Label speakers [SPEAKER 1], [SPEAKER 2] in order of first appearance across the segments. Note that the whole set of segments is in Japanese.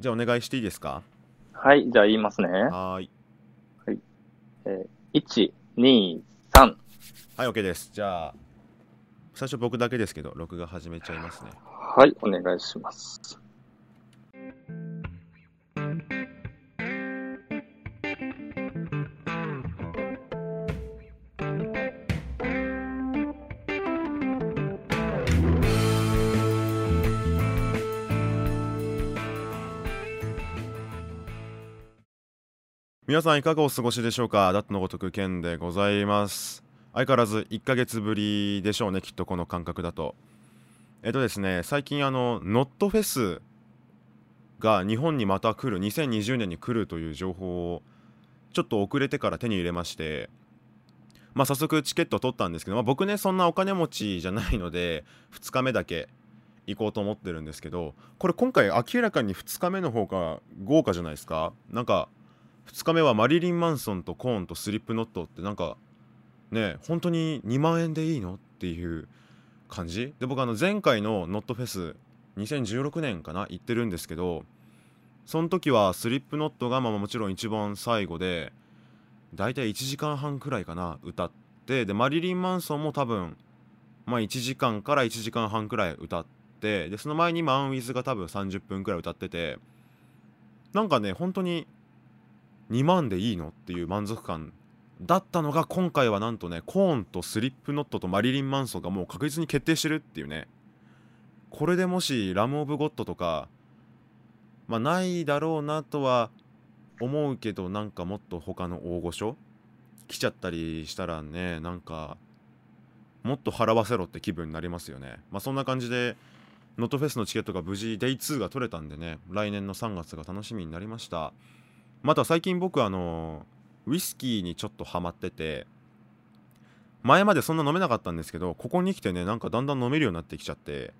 [SPEAKER 1] じゃあお願いしていいですか
[SPEAKER 2] はい、じゃあ言いますね。
[SPEAKER 1] はーい。
[SPEAKER 2] 1、2、3。
[SPEAKER 1] はい、OK です。じゃあ、最初僕だけですけど、録画始めちゃいますね。
[SPEAKER 2] はい、お願いします。
[SPEAKER 1] 皆さんいかがお過ごしでしょうかダットのごとく剣でございます相変わらず1ヶ月ぶりでしょうねきっとこの感覚だとえっとですね最近あのノットフェスが日本にまた来る2020年に来るという情報をちょっと遅れてから手に入れましてまあ早速チケット取ったんですけど、まあ、僕ねそんなお金持ちじゃないので2日目だけ行こうと思ってるんですけどこれ今回明らかに2日目の方が豪華じゃないですかなんか2日目はマリリン・マンソンとコーンとスリップノットってなんかね本当に2万円でいいのっていう感じで僕あの前回のノットフェス2016年かな行ってるんですけどその時はスリップノットがまあもちろん一番最後でだいたい1時間半くらいかな歌ってでマリリン・マンソンも多分まあ1時間から1時間半くらい歌ってでその前にマン・ウィズが多分30分くらい歌っててなんかね本当に2万でいいのっていう満足感だったのが今回はなんとねコーンとスリップノットとマリリン・マンソンがもう確実に決定してるっていうねこれでもしラム・オブ・ゴッドとかまあないだろうなとは思うけどなんかもっと他の大御所来ちゃったりしたらねなんかもっと払わせろって気分になりますよねまあそんな感じでノットフェスのチケットが無事 Day2 が取れたんでね来年の3月が楽しみになりましたまた最近僕あのウイスキーにちょっとハマってて前までそんな飲めなかったんですけどここに来てねなんかだんだん飲めるようになってきちゃって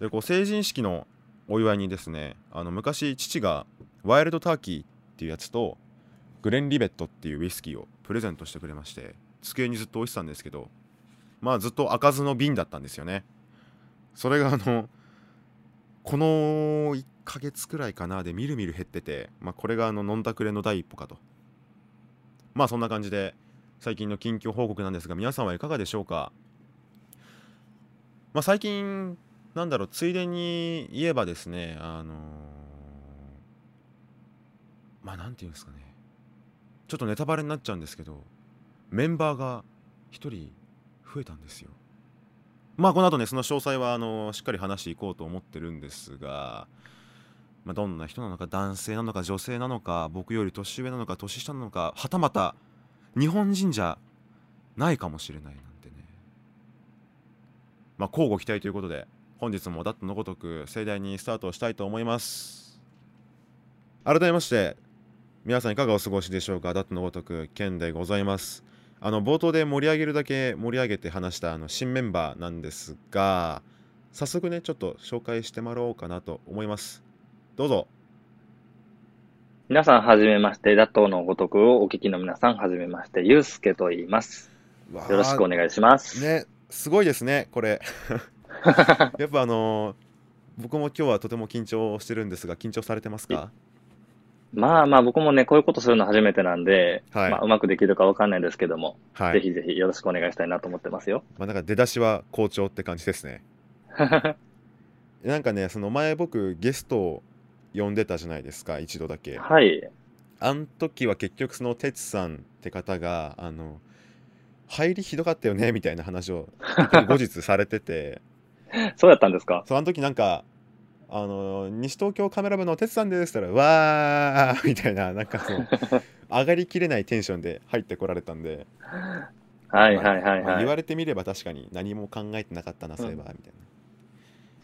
[SPEAKER 1] でこう成人式のお祝いにですねあの昔父がワイルドターキーっていうやつとグレン・リベットっていうウイスキーをプレゼントしてくれまして机にずっと置いてたんですけどまあずっと開かずの瓶だったんですよねそれがあのこの1ヶ月くらいかなでみるみる減ってて、まあ、これがあの飲んだくれの第一歩かとまあそんな感じで最近の近況報告なんですが皆さんはいかがでしょうか、まあ、最近なんだろうついでに言えばですねあのーまあなんていうんですかねちょっとネタバレになっちゃうんですけどメンバーが1人増えたんですよまあこの後ねその詳細はあのしっかり話していこうと思ってるんですが、まあ、どんな人なのか男性なのか女性なのか僕より年上なのか年下なのかはたまた日本人じゃないかもしれないなんてねまあ交互期待ということで本日もダットのごとく盛大にスタートしたいと思います改めまして皆さんいかがお過ごしでしょうかダットのごとくケンでございますあの冒頭で盛り上げるだけ盛り上げて話したあの新メンバーなんですが早速ねちょっと紹介してもらおうかなと思いますどうぞ
[SPEAKER 2] 皆さん、はじめまして。打倒のごとくをお聞きの皆さん、はじめまして。ゆうすけと言います。よろしくお願いします。
[SPEAKER 1] ねすごいですねこ れやっぱあのー僕も今日はとても緊張してるんですが緊張されてますか
[SPEAKER 2] まあまあ、僕もね、こういうことするの初めてなんで、
[SPEAKER 1] はい
[SPEAKER 2] まあ、うまくできるかわかんないですけども、
[SPEAKER 1] はい
[SPEAKER 2] ぜひぜひよろしくお願いしたいなと思ってますよ。
[SPEAKER 1] まあなんか出だしは好調って感じです ねなんかねその前僕ゲストを呼んでたじゃないですか一度だけ
[SPEAKER 2] はい。
[SPEAKER 1] あん時は結局その哲さんって方があの入りひどかったよねみたいな話を後日されて て
[SPEAKER 2] そうだったんですか
[SPEAKER 1] そうあの時なんかあの西東京カメラ部の哲さんですって言ったら「わー」みたいななんかその 上がりきれないテンションで入ってこられたんで、
[SPEAKER 2] はいはいはい
[SPEAKER 1] まあ
[SPEAKER 2] はい。
[SPEAKER 1] 言われてみれば確かに何も考えてなかったなそういえばみたいな、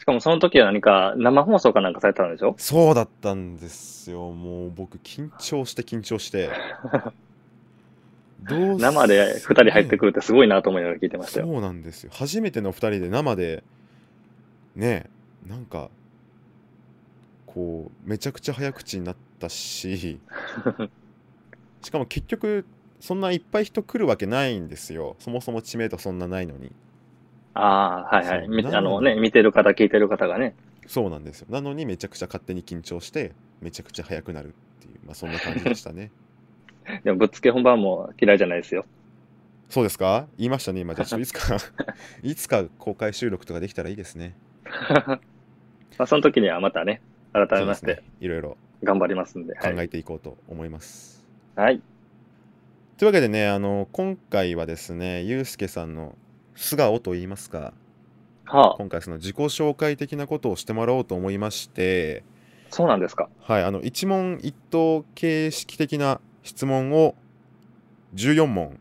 [SPEAKER 2] しかもその時は何か生放送かなんかされてたんでしょ
[SPEAKER 1] そうだったんですよもう僕緊張して緊張して どうす
[SPEAKER 2] 生で2人入ってくるってすごいなと思いながら聞いてましたよ。
[SPEAKER 1] そうなんですよ初めての2人で生でねえなんかこうめちゃくちゃ早口になった ししかも結局そんないっぱい人来るわけないんですよそもそも知名度そんなないのに
[SPEAKER 2] ああ、はいはい。
[SPEAKER 1] そう
[SPEAKER 2] み
[SPEAKER 1] なの
[SPEAKER 2] あのね、見てる方、聞いてる方がね。
[SPEAKER 1] そうなんですよなのにめちゃくちゃ勝手に緊張してめちゃくちゃ速くなるっていう、まあ、そんな感じでしたね
[SPEAKER 2] でもぶっつけ本番も嫌いじゃないですよ。
[SPEAKER 1] そうですか言いましたね今じゃあちょっといつかいつか公開収録とかできたらいいですね
[SPEAKER 2] まあその時にはまたね、改
[SPEAKER 1] そう
[SPEAKER 2] め
[SPEAKER 1] で
[SPEAKER 2] ますして
[SPEAKER 1] ねいろいろ
[SPEAKER 2] 頑張りますんで。
[SPEAKER 1] 考
[SPEAKER 2] はい。
[SPEAKER 1] えていこうと思います、
[SPEAKER 2] はい。
[SPEAKER 1] というわけでねあの今回はですねゆうすけさんの素顔といいますか
[SPEAKER 2] はあ、
[SPEAKER 1] 今回その自己紹介的なことをしてもらおうと思いまして
[SPEAKER 2] そうなんですか。
[SPEAKER 1] はいあの一問一答形式的な質問を14問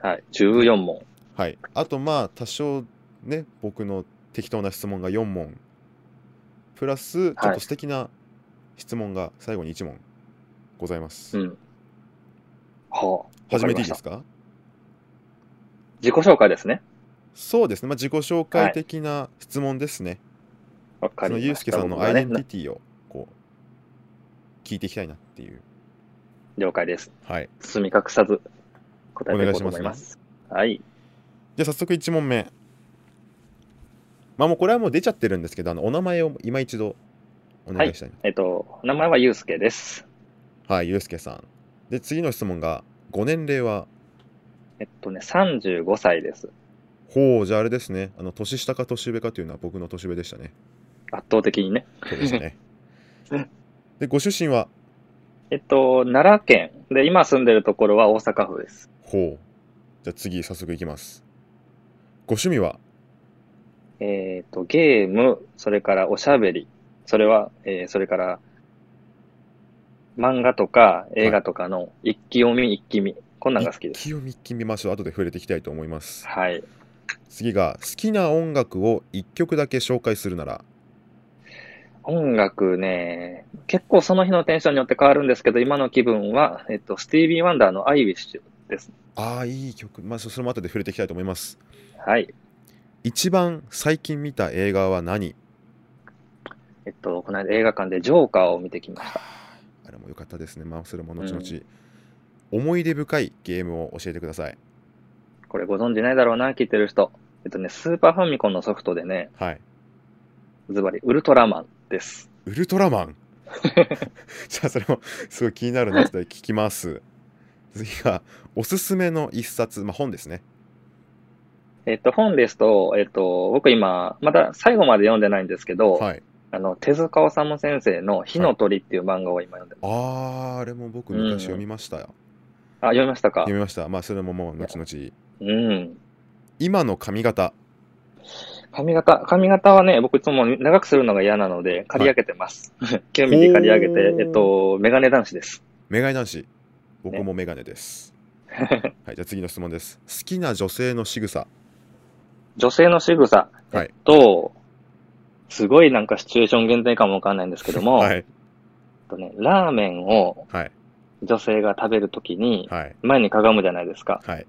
[SPEAKER 2] はい。14問。
[SPEAKER 1] はいあとまあ多少ね僕の適当な質問が4問プラスちょっと素敵な質問が最後に1問ございます、
[SPEAKER 2] うん。はあ。
[SPEAKER 1] 始めていいで
[SPEAKER 2] わかりまし
[SPEAKER 1] すか
[SPEAKER 2] た自己紹介ですね。
[SPEAKER 1] そうですね、まあ、自己紹介的な質問ですね、
[SPEAKER 2] わか
[SPEAKER 1] そ
[SPEAKER 2] り
[SPEAKER 1] のユ
[SPEAKER 2] ました。
[SPEAKER 1] うスケさんの
[SPEAKER 2] 僕
[SPEAKER 1] ア
[SPEAKER 2] が
[SPEAKER 1] イデ
[SPEAKER 2] ね
[SPEAKER 1] ンティティをこう聞いていきたいなっていう
[SPEAKER 2] 了解です。
[SPEAKER 1] はい
[SPEAKER 2] 包み隠さず答えていこうと
[SPEAKER 1] お願
[SPEAKER 2] 思いま。
[SPEAKER 1] いします
[SPEAKER 2] はい。
[SPEAKER 1] じゃあ早速1問目まあもうこれはもう出ちゃってるんですけどあのお名前を今一度お願いしたい
[SPEAKER 2] えっと、お名前はユうスケです。
[SPEAKER 1] はい、ゆうすけさんで次の質問がご年齢は
[SPEAKER 2] えっとね、35歳です。
[SPEAKER 1] ほうじゃああれですねあの年下か年上かというのは僕の年上でしたね
[SPEAKER 2] 圧倒的にね。
[SPEAKER 1] そうでした ねでご出身は
[SPEAKER 2] えっと、奈良県で、今住んでるところは大阪府です。
[SPEAKER 1] ほうじゃあ次早速いきますご趣味は
[SPEAKER 2] えっと、ゲーム、それからおしゃべり、それは、えーそれから、漫画とか映画とかの一気読み、一気見。こんなんが好きです。
[SPEAKER 1] 一気を見気見ましょう後で触れていきたいと思います
[SPEAKER 2] はい。
[SPEAKER 1] 次が好きな音楽を1曲だけ紹介するなら
[SPEAKER 2] 音楽ね、結構その日のテンションによって変わるんですけど、今の気分は、えっと、スティービー・ワンダーのアイウィッシュです。
[SPEAKER 1] ああいい曲、まあ、そそれも後で触れていきたいと思います
[SPEAKER 2] はい。
[SPEAKER 1] 一番最近見た映画は何
[SPEAKER 2] えっと、この間映画館でジョーカーを見てきました。
[SPEAKER 1] あれも良かったですねまあそれも後々、思い出深いゲームを教えてください
[SPEAKER 2] これご存知ないだろうな、聞いてる人。えっとね、スーパーファミコンのソフトでね、
[SPEAKER 1] はい
[SPEAKER 2] ズバリ、ウルトラマンです。
[SPEAKER 1] ウルトラマンじゃあそれもすごい気になるので後で聞きます次がおすすめの一冊、まあ、本ですね
[SPEAKER 2] えっと、本ですと、えっと、僕今、まだ最後まで読んでないんですけど、
[SPEAKER 1] はい
[SPEAKER 2] あの、手塚治虫先生の火の鳥っていう漫画を今読んでます。
[SPEAKER 1] あーあれも僕昔読みましたよ、
[SPEAKER 2] あ、読みましたか
[SPEAKER 1] 読みましたまあそれももう後々
[SPEAKER 2] うん。
[SPEAKER 1] 今の髪型
[SPEAKER 2] 髪型、髪型はね、僕いつも長くするのが嫌なので、刈り上げてます。9ミ リ刈り上げ
[SPEAKER 1] ほ
[SPEAKER 2] て、
[SPEAKER 1] ー
[SPEAKER 2] えっと、メガネ男子です。
[SPEAKER 1] メガネ男子僕もメガネ です、はいじゃあ次の質問です好きな女性の仕草
[SPEAKER 2] 女性の仕草、
[SPEAKER 1] はい
[SPEAKER 2] えっと、すごいなんかシチュエーション限定かもわかんないんですけども、
[SPEAKER 1] は
[SPEAKER 2] えっ
[SPEAKER 1] い
[SPEAKER 2] とね、ラーメンを
[SPEAKER 1] はい
[SPEAKER 2] 女性が食べるときに、
[SPEAKER 1] はい
[SPEAKER 2] 前にかがむじゃないですか。
[SPEAKER 1] はい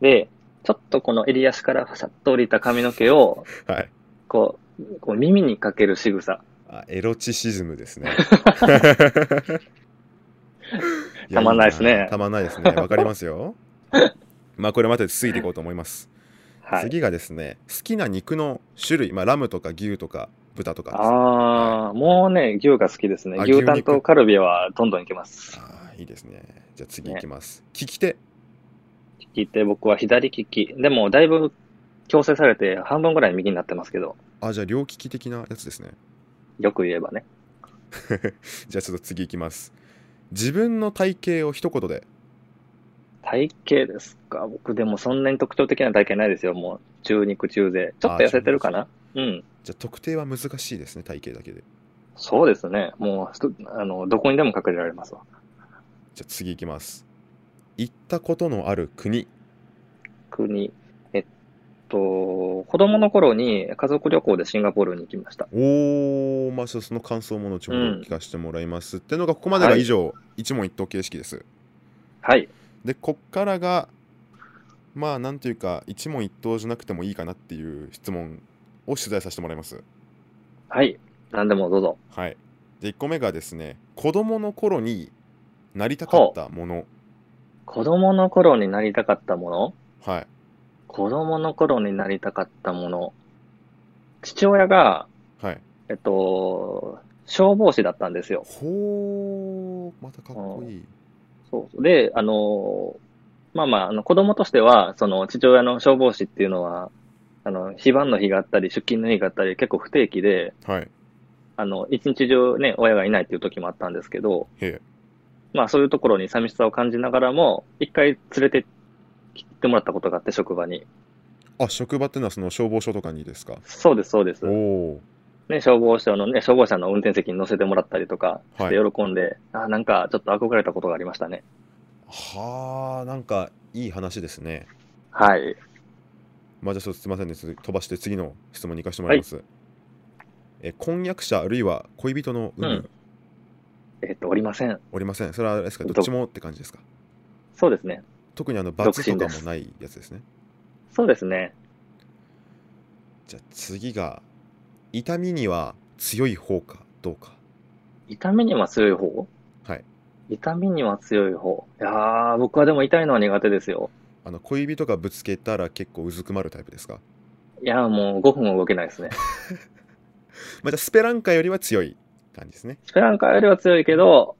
[SPEAKER 2] で、ちょっとこの襟足からシャッと降りた髪の毛を、
[SPEAKER 1] はい
[SPEAKER 2] こう、こう耳にかける仕草。
[SPEAKER 1] あエロチシズムです ねや
[SPEAKER 2] たまんないですね
[SPEAKER 1] いたまんないですねわかります よまあこれまたついていこうと思います、
[SPEAKER 2] はい。
[SPEAKER 1] 次がですね好きな肉の種類まあラムとか牛とか豚とかですね
[SPEAKER 2] ああ、もうね、牛が好きですね。
[SPEAKER 1] あ
[SPEAKER 2] 牛タ
[SPEAKER 1] 牛
[SPEAKER 2] ン
[SPEAKER 1] 肉
[SPEAKER 2] とカルビはどんどんいけます。
[SPEAKER 1] あーいいですねじゃあ次いきます、聞き手
[SPEAKER 2] 聞いて僕は左利き。でも、だいぶ強制されて半分ぐらい右になってますけど、
[SPEAKER 1] あじゃあ両利き的なやつですね
[SPEAKER 2] よく言えばね。
[SPEAKER 1] じゃあちょっと次いきます。自分の体型を一言で。
[SPEAKER 2] 体型ですか僕でもそんなに特徴的な体型ないですよ。もう、中肉中背。ちょっと痩せてるかなうん。
[SPEAKER 1] じゃあ特定は難しいですね、体型だけで。
[SPEAKER 2] そうですね。もうひと、あの、どこにでも隠れられますわ。
[SPEAKER 1] じゃあ次いきます。行ったことのある国。
[SPEAKER 2] 国、えっと、子供の頃に家族旅行でシンガポールに行きました。
[SPEAKER 1] おー、まあ、そその感想も後ほど
[SPEAKER 2] うん
[SPEAKER 1] 聞かせてもらいます。ってのが、ここまでが
[SPEAKER 2] はい
[SPEAKER 1] 以上、一問一答形式です。
[SPEAKER 2] はい。
[SPEAKER 1] で、こっからが、まあ、なんていうか、一問一答じゃなくてもいいかなっていう質問を取材させてもらいます。
[SPEAKER 2] はい。何でもどうぞ。
[SPEAKER 1] はい。で、1個目がですね、子供の頃になりたかったもの。
[SPEAKER 2] 子供の頃になりたかったもの
[SPEAKER 1] はい。
[SPEAKER 2] 子供の頃になりたかったもの。父親が
[SPEAKER 1] はい。
[SPEAKER 2] えっと、消防士だったんですよ。
[SPEAKER 1] ほー、またかっこいい。
[SPEAKER 2] そうそうで、あの、まあまあ、あの子供としては、その父親の消防士っていうのは、あの、非番の日があったり、出勤の日があったり、結構不定期で、
[SPEAKER 1] はい。
[SPEAKER 2] あの、一日中ね、親がいないっていう時もあったんですけど、
[SPEAKER 1] へ
[SPEAKER 2] まあそういうところに寂しさを感じながらも、一回連れてきてもらったことがあって、職場に。
[SPEAKER 1] え。あ、職場ってのはその消防署とかにですか
[SPEAKER 2] そうです、そうです
[SPEAKER 1] お。お
[SPEAKER 2] ね、消防署のね、消防車の運転席に乗せてもらったりとかして
[SPEAKER 1] は
[SPEAKER 2] 喜んで、あ、なんかちょっと憧れたことがありましたね。
[SPEAKER 1] ー。はー、なんかいい話ですね。
[SPEAKER 2] はい。
[SPEAKER 1] まあじゃあちょっとすみませんね、つ飛ばして次の質問に行かせてもらいます。え婚約者あるいは恋人の有無、
[SPEAKER 2] うんえっと、おりません。
[SPEAKER 1] おりません。それはあれですか、
[SPEAKER 2] ど
[SPEAKER 1] どっちもって感じですか。
[SPEAKER 2] そうですね。
[SPEAKER 1] 特にあの罰と
[SPEAKER 2] 独身
[SPEAKER 1] か
[SPEAKER 2] で
[SPEAKER 1] も
[SPEAKER 2] す
[SPEAKER 1] ないやつですね。
[SPEAKER 2] そうですね。
[SPEAKER 1] じゃあ次が、痛みには強い方かどうか。
[SPEAKER 2] 痛みには強い方
[SPEAKER 1] はい。
[SPEAKER 2] 痛みには強い方。いやー、僕はでも痛いのは苦手ですよ。
[SPEAKER 1] あの恋人がぶつけたら結構うずくまるタイプですか。
[SPEAKER 2] いやー、もう5分も動けないですね。
[SPEAKER 1] まあ、じゃあスペランカよりは強い感じですね。
[SPEAKER 2] スペランカよりは強いけど、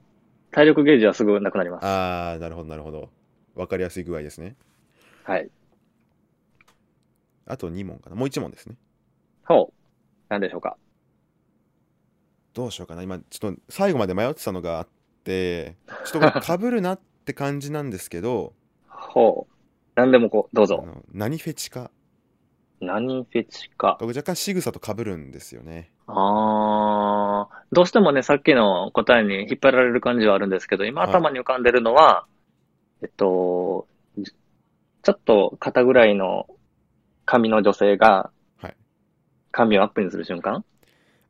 [SPEAKER 2] 体力ゲージはすぐなくなります。
[SPEAKER 1] あー、なるほど、なるほど。わかりやすい具合ですね。
[SPEAKER 2] はい。
[SPEAKER 1] あと2問かな。もう1問ですね。
[SPEAKER 2] ほう。なんでしょうか。
[SPEAKER 1] どうしようかな今ちょっと最後まで迷ってたのがあってちょっとかぶるなって感じなんですけ ど
[SPEAKER 2] ほう。なんでもこう、どう
[SPEAKER 1] あ
[SPEAKER 2] ぞ。
[SPEAKER 1] の何フェチか
[SPEAKER 2] 何フェチか。
[SPEAKER 1] 僕若干仕草とかぶるんですよね
[SPEAKER 2] ああ、どうしてもね、さっきの答えに引っ張られる感じはあるんですけど、今
[SPEAKER 1] はい
[SPEAKER 2] 頭に浮かんでるのは、えっと、じちょっと肩ぐらいの髪の女性が
[SPEAKER 1] はい
[SPEAKER 2] 髪をアップにする瞬間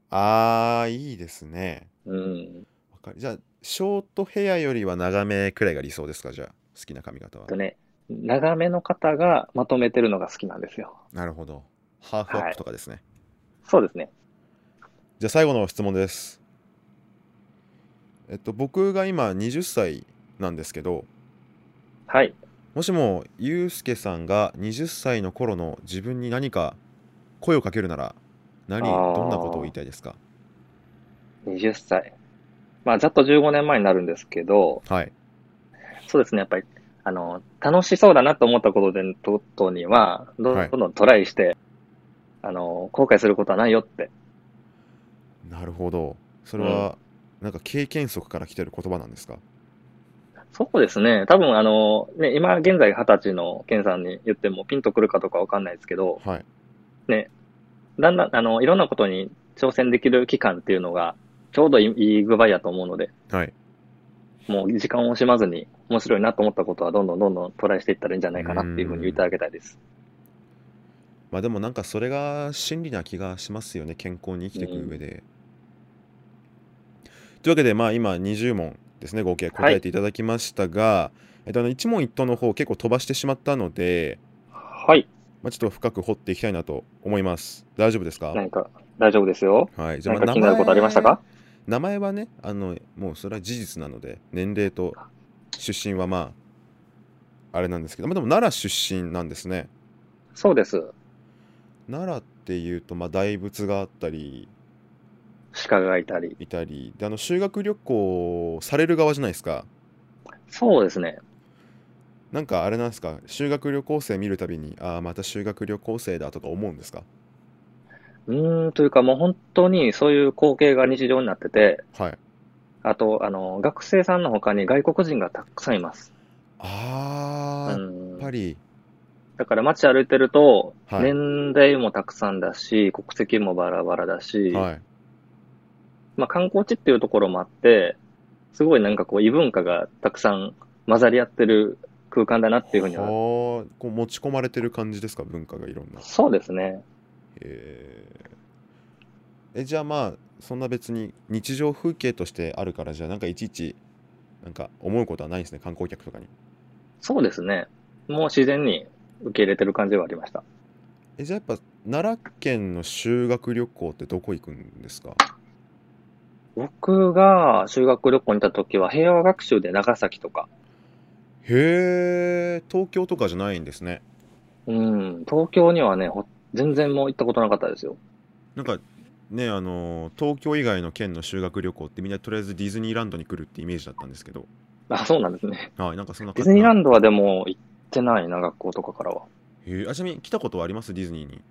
[SPEAKER 1] あーいいですね
[SPEAKER 2] うん。
[SPEAKER 1] わかるじゃあショートヘアよりは長めくらいが理想ですかじゃあ好きな髪型は
[SPEAKER 2] とね、長めの方がまとめてるのが好きなんですよ。
[SPEAKER 1] なるほどハーフアップとかですね、
[SPEAKER 2] そうですね。
[SPEAKER 1] じゃあ最後の質問ですえっと僕が今20歳なんですけど
[SPEAKER 2] はい。
[SPEAKER 1] もしもゆうすけさんが20歳の頃の自分に何か声をかけるなら何
[SPEAKER 2] あー
[SPEAKER 1] どんなことを言いたいですか
[SPEAKER 2] 20歳。まあ、ざっと15年前になるんですけど、
[SPEAKER 1] はい
[SPEAKER 2] そうですね、やっぱり、あの、楽しそうだなと思ったことで、ことには、ど
[SPEAKER 1] はい
[SPEAKER 2] んどんトライして、あの、後悔することはないよって。
[SPEAKER 1] なるほどそれはなんか経験則から来てる言葉なんですか、
[SPEAKER 2] そうですね、多分あの、ね、今現在二十歳のケンさんに言ってもピンとくるかどうかわかんないですけど、
[SPEAKER 1] はい
[SPEAKER 2] だんだん、あの、いろんなことに挑戦できる期間っていうのが、ちょうどいいいい具合やと思うので、
[SPEAKER 1] はい
[SPEAKER 2] もう時間を惜しまずに、面白いなと思ったことは、どんどんどんどんトライしていったらいいんじゃないかなっていうふうに言ってあげたいです。
[SPEAKER 1] まあでもなんかそれが真理な気がしますよね健康に生きていく上で、というわけでまあ今20問ですね合計答えていただきましたが、えっとあの一問一答の方結構飛ばしてしまったので、
[SPEAKER 2] はい、
[SPEAKER 1] まあ、ちょっと深く掘っていきたいなと思います大丈夫ですか
[SPEAKER 2] 何か大丈夫ですよ。
[SPEAKER 1] はい、じゃあ
[SPEAKER 2] 何
[SPEAKER 1] まあ
[SPEAKER 2] か気になることありましたか
[SPEAKER 1] 名前はねあのもうそれは事実なので年齢と出身はまああれなんですけど、まあ、でも奈良出身なんですね
[SPEAKER 2] そうです。
[SPEAKER 1] 奈良っていうとまあ大仏があったり
[SPEAKER 2] 鹿がいたり。
[SPEAKER 1] いたりであの修学旅行される側じゃないですか
[SPEAKER 2] そうですね。
[SPEAKER 1] なんかあれなんですか修学旅行生見るたびにああまた修学旅行生だとか思うんですか
[SPEAKER 2] うーん、というかもう本当にそういう光景が日常になってて、
[SPEAKER 1] はい
[SPEAKER 2] あと、あの、学生さんの他に外国人がたくさんいます。う
[SPEAKER 1] あー、
[SPEAKER 2] ん
[SPEAKER 1] やっぱり
[SPEAKER 2] だから街歩いてると、
[SPEAKER 1] はい
[SPEAKER 2] 年代もたくさんだし、国籍もバラバラだし、
[SPEAKER 1] はい
[SPEAKER 2] まあ観光地っていうところもあって、すごいなんかこう異文化がたくさん混ざり合ってる空間だなっていうふうに
[SPEAKER 1] はあ
[SPEAKER 2] は。
[SPEAKER 1] こう持ち込まれてる感じですか文化がいろんな
[SPEAKER 2] そうですね。
[SPEAKER 1] えーえじゃあまあそんな別に日常風景としてあるからじゃあなんかいちいちなんか思うことはないんですね観光客とかに
[SPEAKER 2] そうですね。もう自然に受け入れてる感じはありました。
[SPEAKER 1] えじゃあやっぱ奈良県の修学旅行ってどこ行くんですか
[SPEAKER 2] 僕が修学旅行に行った時は平和学習で長崎とか、
[SPEAKER 1] へえ東京とかじゃないんですね
[SPEAKER 2] うん、東京にはね、ほ全然もう行ったことなかったですよ。
[SPEAKER 1] なんかねあの東京以外の県の修学旅行ってみんなとりあえずディズニーランドに来るってイメージだったんですけど
[SPEAKER 2] あ、そうなんですね。
[SPEAKER 1] はいなんかそんな
[SPEAKER 2] ディズニーラ
[SPEAKER 1] ン
[SPEAKER 2] ンドはでも行ってないな、学校とかからは。
[SPEAKER 1] ドあちなみに来たことはありますディズニーに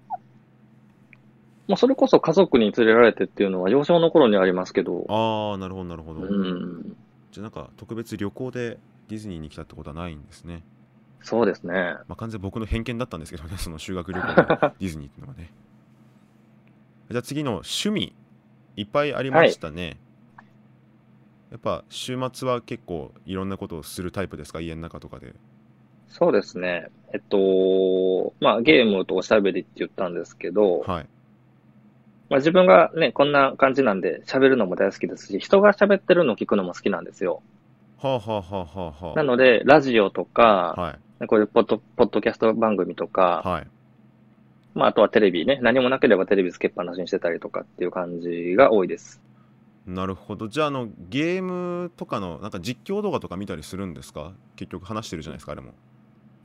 [SPEAKER 2] まあ、それこそ家族に連れられてっていうのは幼少の頃にありますけど、
[SPEAKER 1] ああなるほどなるほど、
[SPEAKER 2] うん、
[SPEAKER 1] じゃあなんか特別旅行でディズニーに来たってことはないんですね
[SPEAKER 2] そうですね。
[SPEAKER 1] まあ完全に僕の偏見だったんですけどね その修学旅行で ディズニーっていうのがねじゃあ次の趣味いっぱいありましたね、やっぱ週末は結構いろんなことをするタイプですか家の中とかで
[SPEAKER 2] そうですね。えっと、まあ、ゲームとおしゃべりって言ったんですけど、
[SPEAKER 1] はい
[SPEAKER 2] まあ、自分がね、こんな感じなんで、喋るのも大好きですし、人が喋ってるのを聞くのも好きなんですよ。
[SPEAKER 1] はあはあはあはあはあ
[SPEAKER 2] なので、ラジオとか、
[SPEAKER 1] はい
[SPEAKER 2] こういうポッドポッドキャスト番組とか、
[SPEAKER 1] はい
[SPEAKER 2] まあ、あとはテレビね、何もなければテレビつけっぱなしにしてたりとかっていう感じが多いです。
[SPEAKER 1] なるほどじゃああのゲームとかのなんか実況動画とか見たりするんですか結局話してるじゃないですかあれも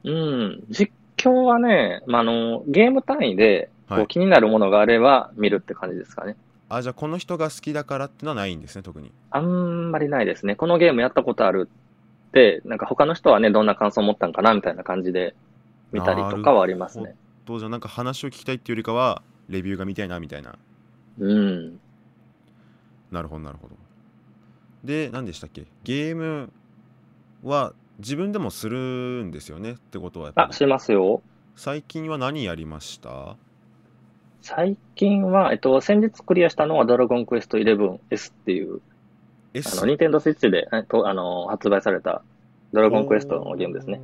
[SPEAKER 2] うん、実況はね、まあ、あの、ゲーム単位で、こ
[SPEAKER 1] は
[SPEAKER 2] う
[SPEAKER 1] い
[SPEAKER 2] 気になるものがあれば見るって感じですかね。
[SPEAKER 1] あじゃあこの人が好きだからってのはないんですね特に
[SPEAKER 2] あんまりないですね。このゲームやったことあるって、なんか他の人はね、どんな感想を持ったんかなみたいな感じで見たりとかはありますね。
[SPEAKER 1] どうじゃあなんか話を聞きたいっていうよりかはレビューが見たいなみたいな
[SPEAKER 2] うん。
[SPEAKER 1] なるほどなるほどで何でしたっけゲームは自分でもするんですよねってことはやっぱ
[SPEAKER 2] あ、
[SPEAKER 1] り
[SPEAKER 2] しますよ。
[SPEAKER 1] 最近は何やりました
[SPEAKER 2] 最近は、えっと、先日クリアしたのはドラゴンクエスト 11S っていう、あ
[SPEAKER 1] S
[SPEAKER 2] の、ニンテンドスイッチで、えっと、あの、発売されたドラゴンクエストのゲームですね。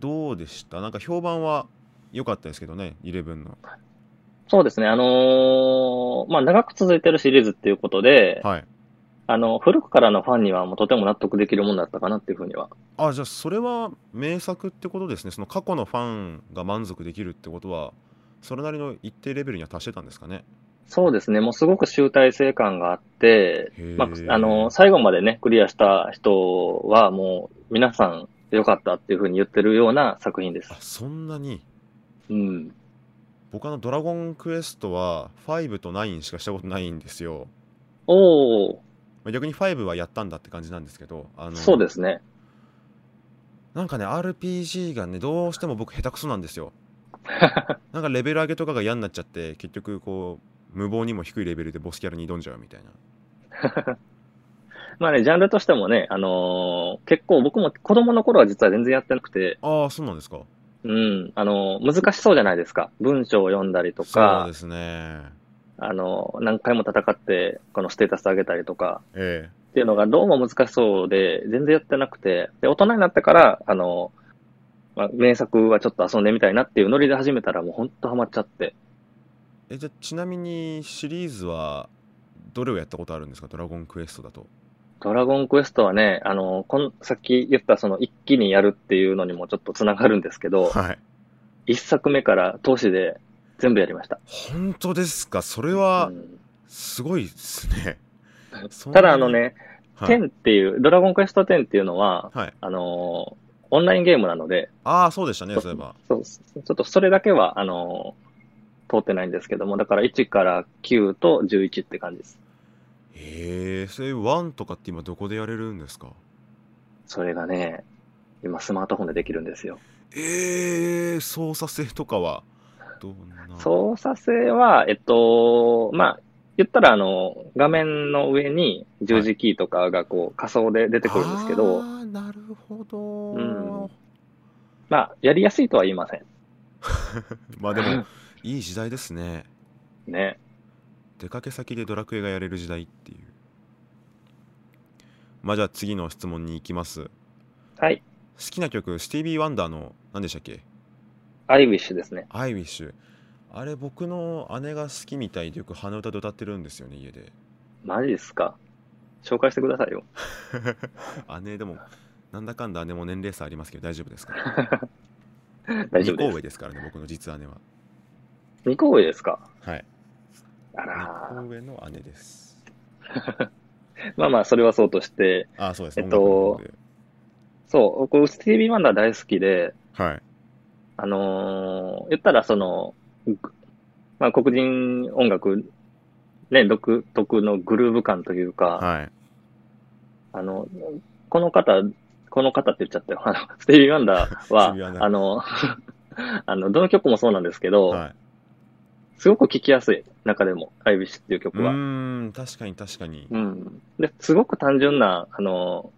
[SPEAKER 1] どうでしたなんか評判は良かったですけどね11の
[SPEAKER 2] そうですね。あのーまあ、長く続いてるシリーズっていうことで、
[SPEAKER 1] はい
[SPEAKER 2] あの、古くからのファンにはもうとても納得できるものだったかなっていうふうには。
[SPEAKER 1] あじゃあそれは名作ってことですねその過去のファンが満足できるってことはそれなりの一定レベルには達してたんですかね
[SPEAKER 2] そうですね。もうすごく集大成感があって、
[SPEAKER 1] へー
[SPEAKER 2] まあ、あの、最後までね、クリアした人はもう皆さん良かったっていうふうに言ってるような作品です
[SPEAKER 1] あ。そんなに
[SPEAKER 2] うん。
[SPEAKER 1] 僕あのドラゴンクエストは5と9しかしたことないんですよ
[SPEAKER 2] おー、
[SPEAKER 1] まあ逆に5はやったんだって感じなんですけどあの
[SPEAKER 2] そうですね。
[SPEAKER 1] なんかね RPG がねどうしても僕下手くそなん ですよなんかレベル上げとかが嫌になっちゃって結局こう無謀にも低いレベルでボスキャラに挑んじゃうみたいな
[SPEAKER 2] まあね、ジャンルとしてもね、あのー結構僕も子供の頃は実は全然やってなくて、
[SPEAKER 1] ああそうなんですか
[SPEAKER 2] うん、あのー難しそうじゃないですか。文章を読んだりと
[SPEAKER 1] そう
[SPEAKER 2] か
[SPEAKER 1] で、すね
[SPEAKER 2] あのー何回も戦って、このステータス上げたりとか、
[SPEAKER 1] え
[SPEAKER 2] っていうのがどうも難しそうで、全然やってなくて、で、大人になってから、あの、まあ、名作はちょっと遊んでみたいなっていうノリで始めたらもうほんとハマっちゃって。
[SPEAKER 1] ええじゃあちなみにシリーズはどれをやったことあるんですかドラゴンクエストだと
[SPEAKER 2] ドラゴンクエストはね、あの、こん、さっき言ったその一気にやるっていうのにもちょっと繋がるんですけど、
[SPEAKER 1] はい
[SPEAKER 2] 一作目から投資で全部やりました。
[SPEAKER 1] 本当ですかそれは
[SPEAKER 2] うん
[SPEAKER 1] すごいです ねそんな
[SPEAKER 2] た
[SPEAKER 1] に
[SPEAKER 2] だあのね、
[SPEAKER 1] はい、
[SPEAKER 2] 10っていう、ドラゴンクエスト10っていうのは、
[SPEAKER 1] はい、
[SPEAKER 2] あの、オンラインゲームなので、
[SPEAKER 1] ああそうでしたねそういえば
[SPEAKER 2] そう、ちょっとそれだけは、あの、通ってないんですけども、だから1から9と11って感じです。
[SPEAKER 1] へえそれ1とかって今どこでやれるんですか
[SPEAKER 2] それがね、今スマートフォンでできるんですよ。
[SPEAKER 1] ええ操作性とかはどんな
[SPEAKER 2] 操作性は、えっと、まあ、言ったらあの、画面の上に十字キーとかがこう仮想で出てくるんですけど、
[SPEAKER 1] あーなるほど、
[SPEAKER 2] うんまあ、やりやすいとは言いません。
[SPEAKER 1] まあで もいい時代ですね
[SPEAKER 2] ね。
[SPEAKER 1] 出かけ先でドラクエがやれる時代っていうまあじゃあ次の質問に行きます好
[SPEAKER 2] はい。
[SPEAKER 1] きな曲スティービー・ワンダーの何でしたっけ
[SPEAKER 2] アイウィッシュですね。
[SPEAKER 1] アイウィッシュあれ僕の姉が好きみたいでよく鼻歌で歌ってるんですよね家 で
[SPEAKER 2] マジですか紹介してくださいよ。
[SPEAKER 1] 姉でもなんだかんだ姉も年齢差ありますけど大丈夫ですか
[SPEAKER 2] 大丈
[SPEAKER 1] 二
[SPEAKER 2] 夫
[SPEAKER 1] 個
[SPEAKER 2] で
[SPEAKER 1] 上
[SPEAKER 2] す。
[SPEAKER 1] ですからね僕の実姉は
[SPEAKER 2] 2個上ですか
[SPEAKER 1] はい
[SPEAKER 2] あら
[SPEAKER 1] 二
[SPEAKER 2] ー
[SPEAKER 1] 個上の姉です
[SPEAKER 2] まあまあ、それはそうとして、
[SPEAKER 1] あそうです
[SPEAKER 2] えっと
[SPEAKER 1] 音楽の
[SPEAKER 2] そう、僕、スティービー・ワンダー大好きで、
[SPEAKER 1] 方ではい
[SPEAKER 2] あのー言ったらその、ぐまあ、黒人音楽ね、独特のグルーヴ感というか、
[SPEAKER 1] はい。
[SPEAKER 2] あの、この方、この方って言っちゃったよ。あの、スティービー・ワンダーは
[SPEAKER 1] ス ティービーワンダ、ー
[SPEAKER 2] あの、 あの、どの曲もそうなんですけど、
[SPEAKER 1] はい、
[SPEAKER 2] すごく聴きやすい、中でも、アイビッシュっていう
[SPEAKER 1] う
[SPEAKER 2] 曲は。
[SPEAKER 1] ーん、確かに確かに。
[SPEAKER 2] うん。で、すごく単純な、あの、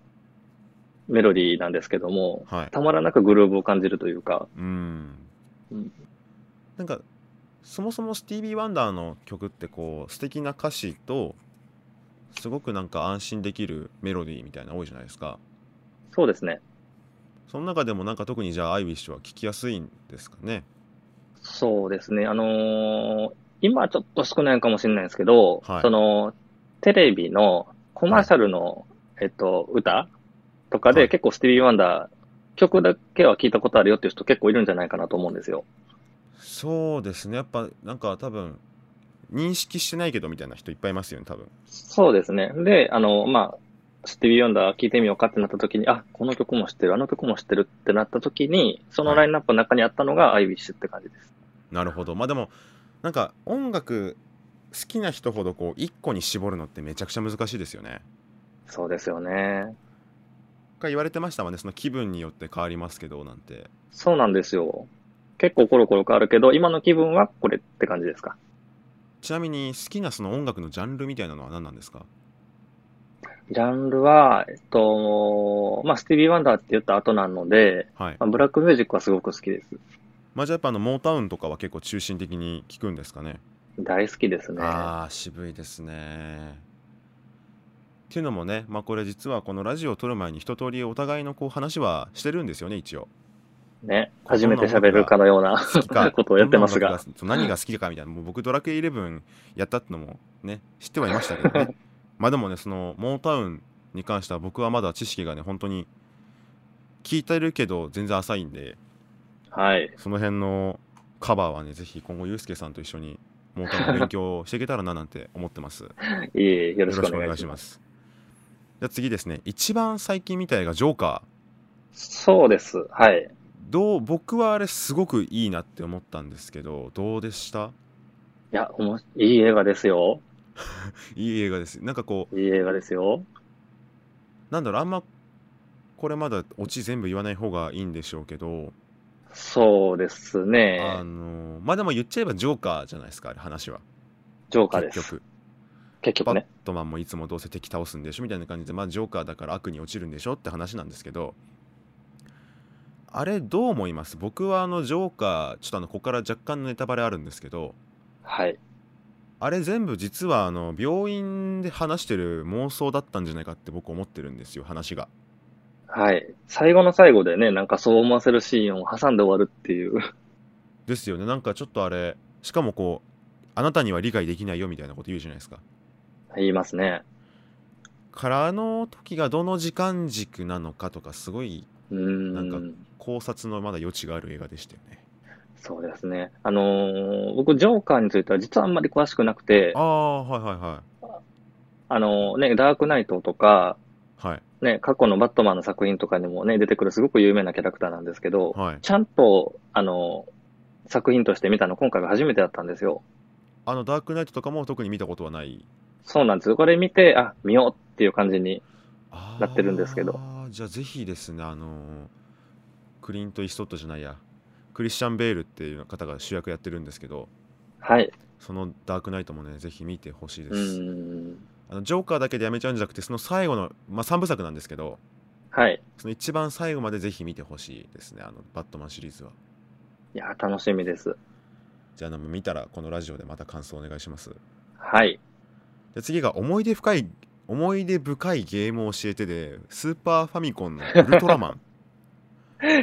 [SPEAKER 2] メロディーなんですけども、
[SPEAKER 1] はい。
[SPEAKER 2] たまらなくグルーヴを感じるというか、
[SPEAKER 1] うーん
[SPEAKER 2] うん。
[SPEAKER 1] なんか、そもそもスティービー・ワンダーの曲ってこう、素敵な歌詞と、すごくなんか安心できるメロディーみたいなの多いじゃないですか。
[SPEAKER 2] そうですね。
[SPEAKER 1] その中でもなんか特にじゃあ、アイウィッシュは聴きやすいんですかね。
[SPEAKER 2] そうですね。あのー今はちょっと少ないかもしれないですけど、
[SPEAKER 1] はい
[SPEAKER 2] その、テレビのコマーシャルの、えっと、歌とかで、
[SPEAKER 1] はい
[SPEAKER 2] 結構スティービー・ワンダー、曲だけは聞いたことあるよっていう人結構いるんじゃないかなと思うんですよ。
[SPEAKER 1] そうですね。やっぱなんか多分、認識してないけどみたいな人いっぱいいますよね、多分。
[SPEAKER 2] そうですね。で、あの、まあ、スティービー・ワンダー聞いてみようかってなった時に、あ、この曲も知ってる、あの曲も知ってるってなった時に、そのラインナップの中にあったのが、アイビッシュって感じです。
[SPEAKER 1] なるほど。まあでも、なんか音楽好きな人ほどこう、一個に絞るのってめちゃくちゃ難しいですよね。
[SPEAKER 2] そうですよね。
[SPEAKER 1] が言われてましたもんねその気分によって変わりますけどなんて
[SPEAKER 2] そうなんですよ。結構コロコロ変わるけど、今の気分はこれって感じですか。
[SPEAKER 1] ちなみに好きなその音楽のジャンルみたいなのは何なんですか
[SPEAKER 2] ジャンルは、えっと、まあ、スティービー・ワンダーって言った後なので、
[SPEAKER 1] はい、
[SPEAKER 2] まあ、ブラックミュージックはすごく好きです。
[SPEAKER 1] まあ、じゃあやっぱあのモータウンとかは結構中心的に聞くんですかね
[SPEAKER 2] 大好きですね。
[SPEAKER 1] ああ渋いですねっていうのもね、まあ、これ実はこのラジオを撮る前に一通りお互いのこう話はしてるんですよね一応
[SPEAKER 2] ね。
[SPEAKER 1] こん
[SPEAKER 2] 初
[SPEAKER 1] な
[SPEAKER 2] めて喋るかのような
[SPEAKER 1] 好きか
[SPEAKER 2] ことをやってますが。
[SPEAKER 1] どんな音楽そう何が好きかみたいなもう僕ドラクエ11やったってのもね知ってはいましたけ どねまあでもねそのモータウンに関しては僕はまだ知識がね本当に聞いてるけど全然浅いんで
[SPEAKER 2] はい。
[SPEAKER 1] その辺のカバーはねぜひ今後ユうスケさんと一緒にモータウンの勉強をしていけたらななんて思ってますよ
[SPEAKER 2] いえいえ、
[SPEAKER 1] ろ
[SPEAKER 2] よろ
[SPEAKER 1] し
[SPEAKER 2] し
[SPEAKER 1] く
[SPEAKER 2] く
[SPEAKER 1] お
[SPEAKER 2] お
[SPEAKER 1] 願
[SPEAKER 2] 願
[SPEAKER 1] い
[SPEAKER 2] い
[SPEAKER 1] し
[SPEAKER 2] し
[SPEAKER 1] ま
[SPEAKER 2] ます。
[SPEAKER 1] すじゃあ次ですね一番最近みたいがジョーカー
[SPEAKER 2] そうです。はい。
[SPEAKER 1] どう僕はあれすごくいいなって思ったんですけどどうでした
[SPEAKER 2] いや、おもしいい映画ですよ。
[SPEAKER 1] いい映画ですなんかこう
[SPEAKER 2] いい映画ですよ。
[SPEAKER 1] なんだろうあんまこれまだオチ全部言わない方がいいんでしょうけど、
[SPEAKER 2] そうです
[SPEAKER 1] あ
[SPEAKER 2] ね。
[SPEAKER 1] のまあでも言っちゃえばジョーカーじゃないですかあれ話は
[SPEAKER 2] ジョーカーで
[SPEAKER 1] 結
[SPEAKER 2] す。
[SPEAKER 1] 局
[SPEAKER 2] 結局
[SPEAKER 1] バッ
[SPEAKER 2] ね。
[SPEAKER 1] トマンもいつもどうせ敵倒すんでしょみたいな感じで、まあ、ジョーカーだから悪に落ちるんでしょって話なんですけどあれどう思います僕はあのジョーカーちょっとあのここから若干のネタバレあるんですけど
[SPEAKER 2] はい。
[SPEAKER 1] あれ全部実はあの病院で話してる妄想だったんじゃないかって僕思ってるんですよ話が
[SPEAKER 2] はい。最後の最後でね、なんかそう思わせるシーンを挟んで終わるっていう。
[SPEAKER 1] ですよねなんかちょっとあれしかもこうあなたには理解できないよみたいなこと言うじゃないですか
[SPEAKER 2] 言いますね。
[SPEAKER 1] からあの時がどの時間軸なのかとかすごいう
[SPEAKER 2] ーん。
[SPEAKER 1] なん考察のまだ余地がある映画でしたよね
[SPEAKER 2] そうですね。あのー僕、ジョーカーについては実はあんまり詳しくなくて、
[SPEAKER 1] あ
[SPEAKER 2] あ
[SPEAKER 1] あはいはいは
[SPEAKER 2] のーね、ダークナイトとか、
[SPEAKER 1] いはい
[SPEAKER 2] ね、過去のバットマンの作品とかにもね、出てくるすごく有名なキャラクターなんですけど、
[SPEAKER 1] はい
[SPEAKER 2] ちゃんと、あのー作品として見たの今回が初めてだったんですよ。
[SPEAKER 1] あのダークナイトとかも特に見たことはない
[SPEAKER 2] そうなんですよ。これ見て、あ、見ようっていう感じに。
[SPEAKER 1] あー
[SPEAKER 2] なってるんですけど
[SPEAKER 1] じゃあぜひですねあのークリント・イーストウッドじゃないやクリスチャン・ベールっていう方が主役やってるんですけど
[SPEAKER 2] はい。
[SPEAKER 1] そのダークナイトもねぜひ見てほしいで
[SPEAKER 2] う
[SPEAKER 1] す、
[SPEAKER 2] ーん。
[SPEAKER 1] あのジョーカーだけでやめちゃうんじゃなくてその最後の、まあ、3部作なんですけど
[SPEAKER 2] はい。
[SPEAKER 1] その一番最後までぜひ見てほしいですねあのバットマンシリーズはい
[SPEAKER 2] や、楽しみです。
[SPEAKER 1] じゃああの見たらこのラジオでまた感想お願いします
[SPEAKER 2] はい。
[SPEAKER 1] で次が思い出深い思い出深いゲームを教えてでスーパーファミコンのウルトラ マン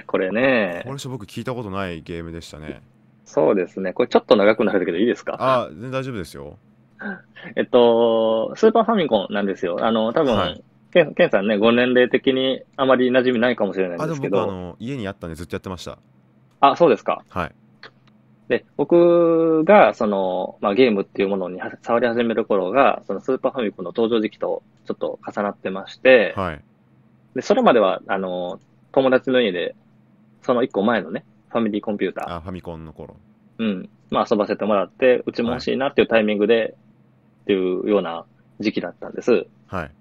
[SPEAKER 2] これね
[SPEAKER 1] こ、れしょ僕聞いたことないゲームでした ね
[SPEAKER 2] そうですね。これちょっと長くなるけどいいですか
[SPEAKER 1] あ全然大丈夫ですよ
[SPEAKER 2] えっと、スーパーファミコンなんですよ。あの、多分、
[SPEAKER 1] はい
[SPEAKER 2] ケン、ケンさんね、ご年齢的にあまり馴染みないかもしれない
[SPEAKER 1] あで
[SPEAKER 2] んで
[SPEAKER 1] も
[SPEAKER 2] すけ
[SPEAKER 1] 僕あ
[SPEAKER 2] ど、
[SPEAKER 1] の家にあったんでずっとやってました
[SPEAKER 2] あそうですか。
[SPEAKER 1] はい
[SPEAKER 2] で、僕が、その、まあ、ゲームっていうものには触り始める頃が、そのスーパーファミコンの登場時期とちょっと重なってまして、
[SPEAKER 1] はい
[SPEAKER 2] で、それまでは、あの、友達の家で、その一個前のね、ファミリーコンピューター、
[SPEAKER 1] あファミコンの頃
[SPEAKER 2] うん、まあ、遊ばせてもらって、うちも欲しいなっていうタイミングで、っていうような時期だったんです。
[SPEAKER 1] はい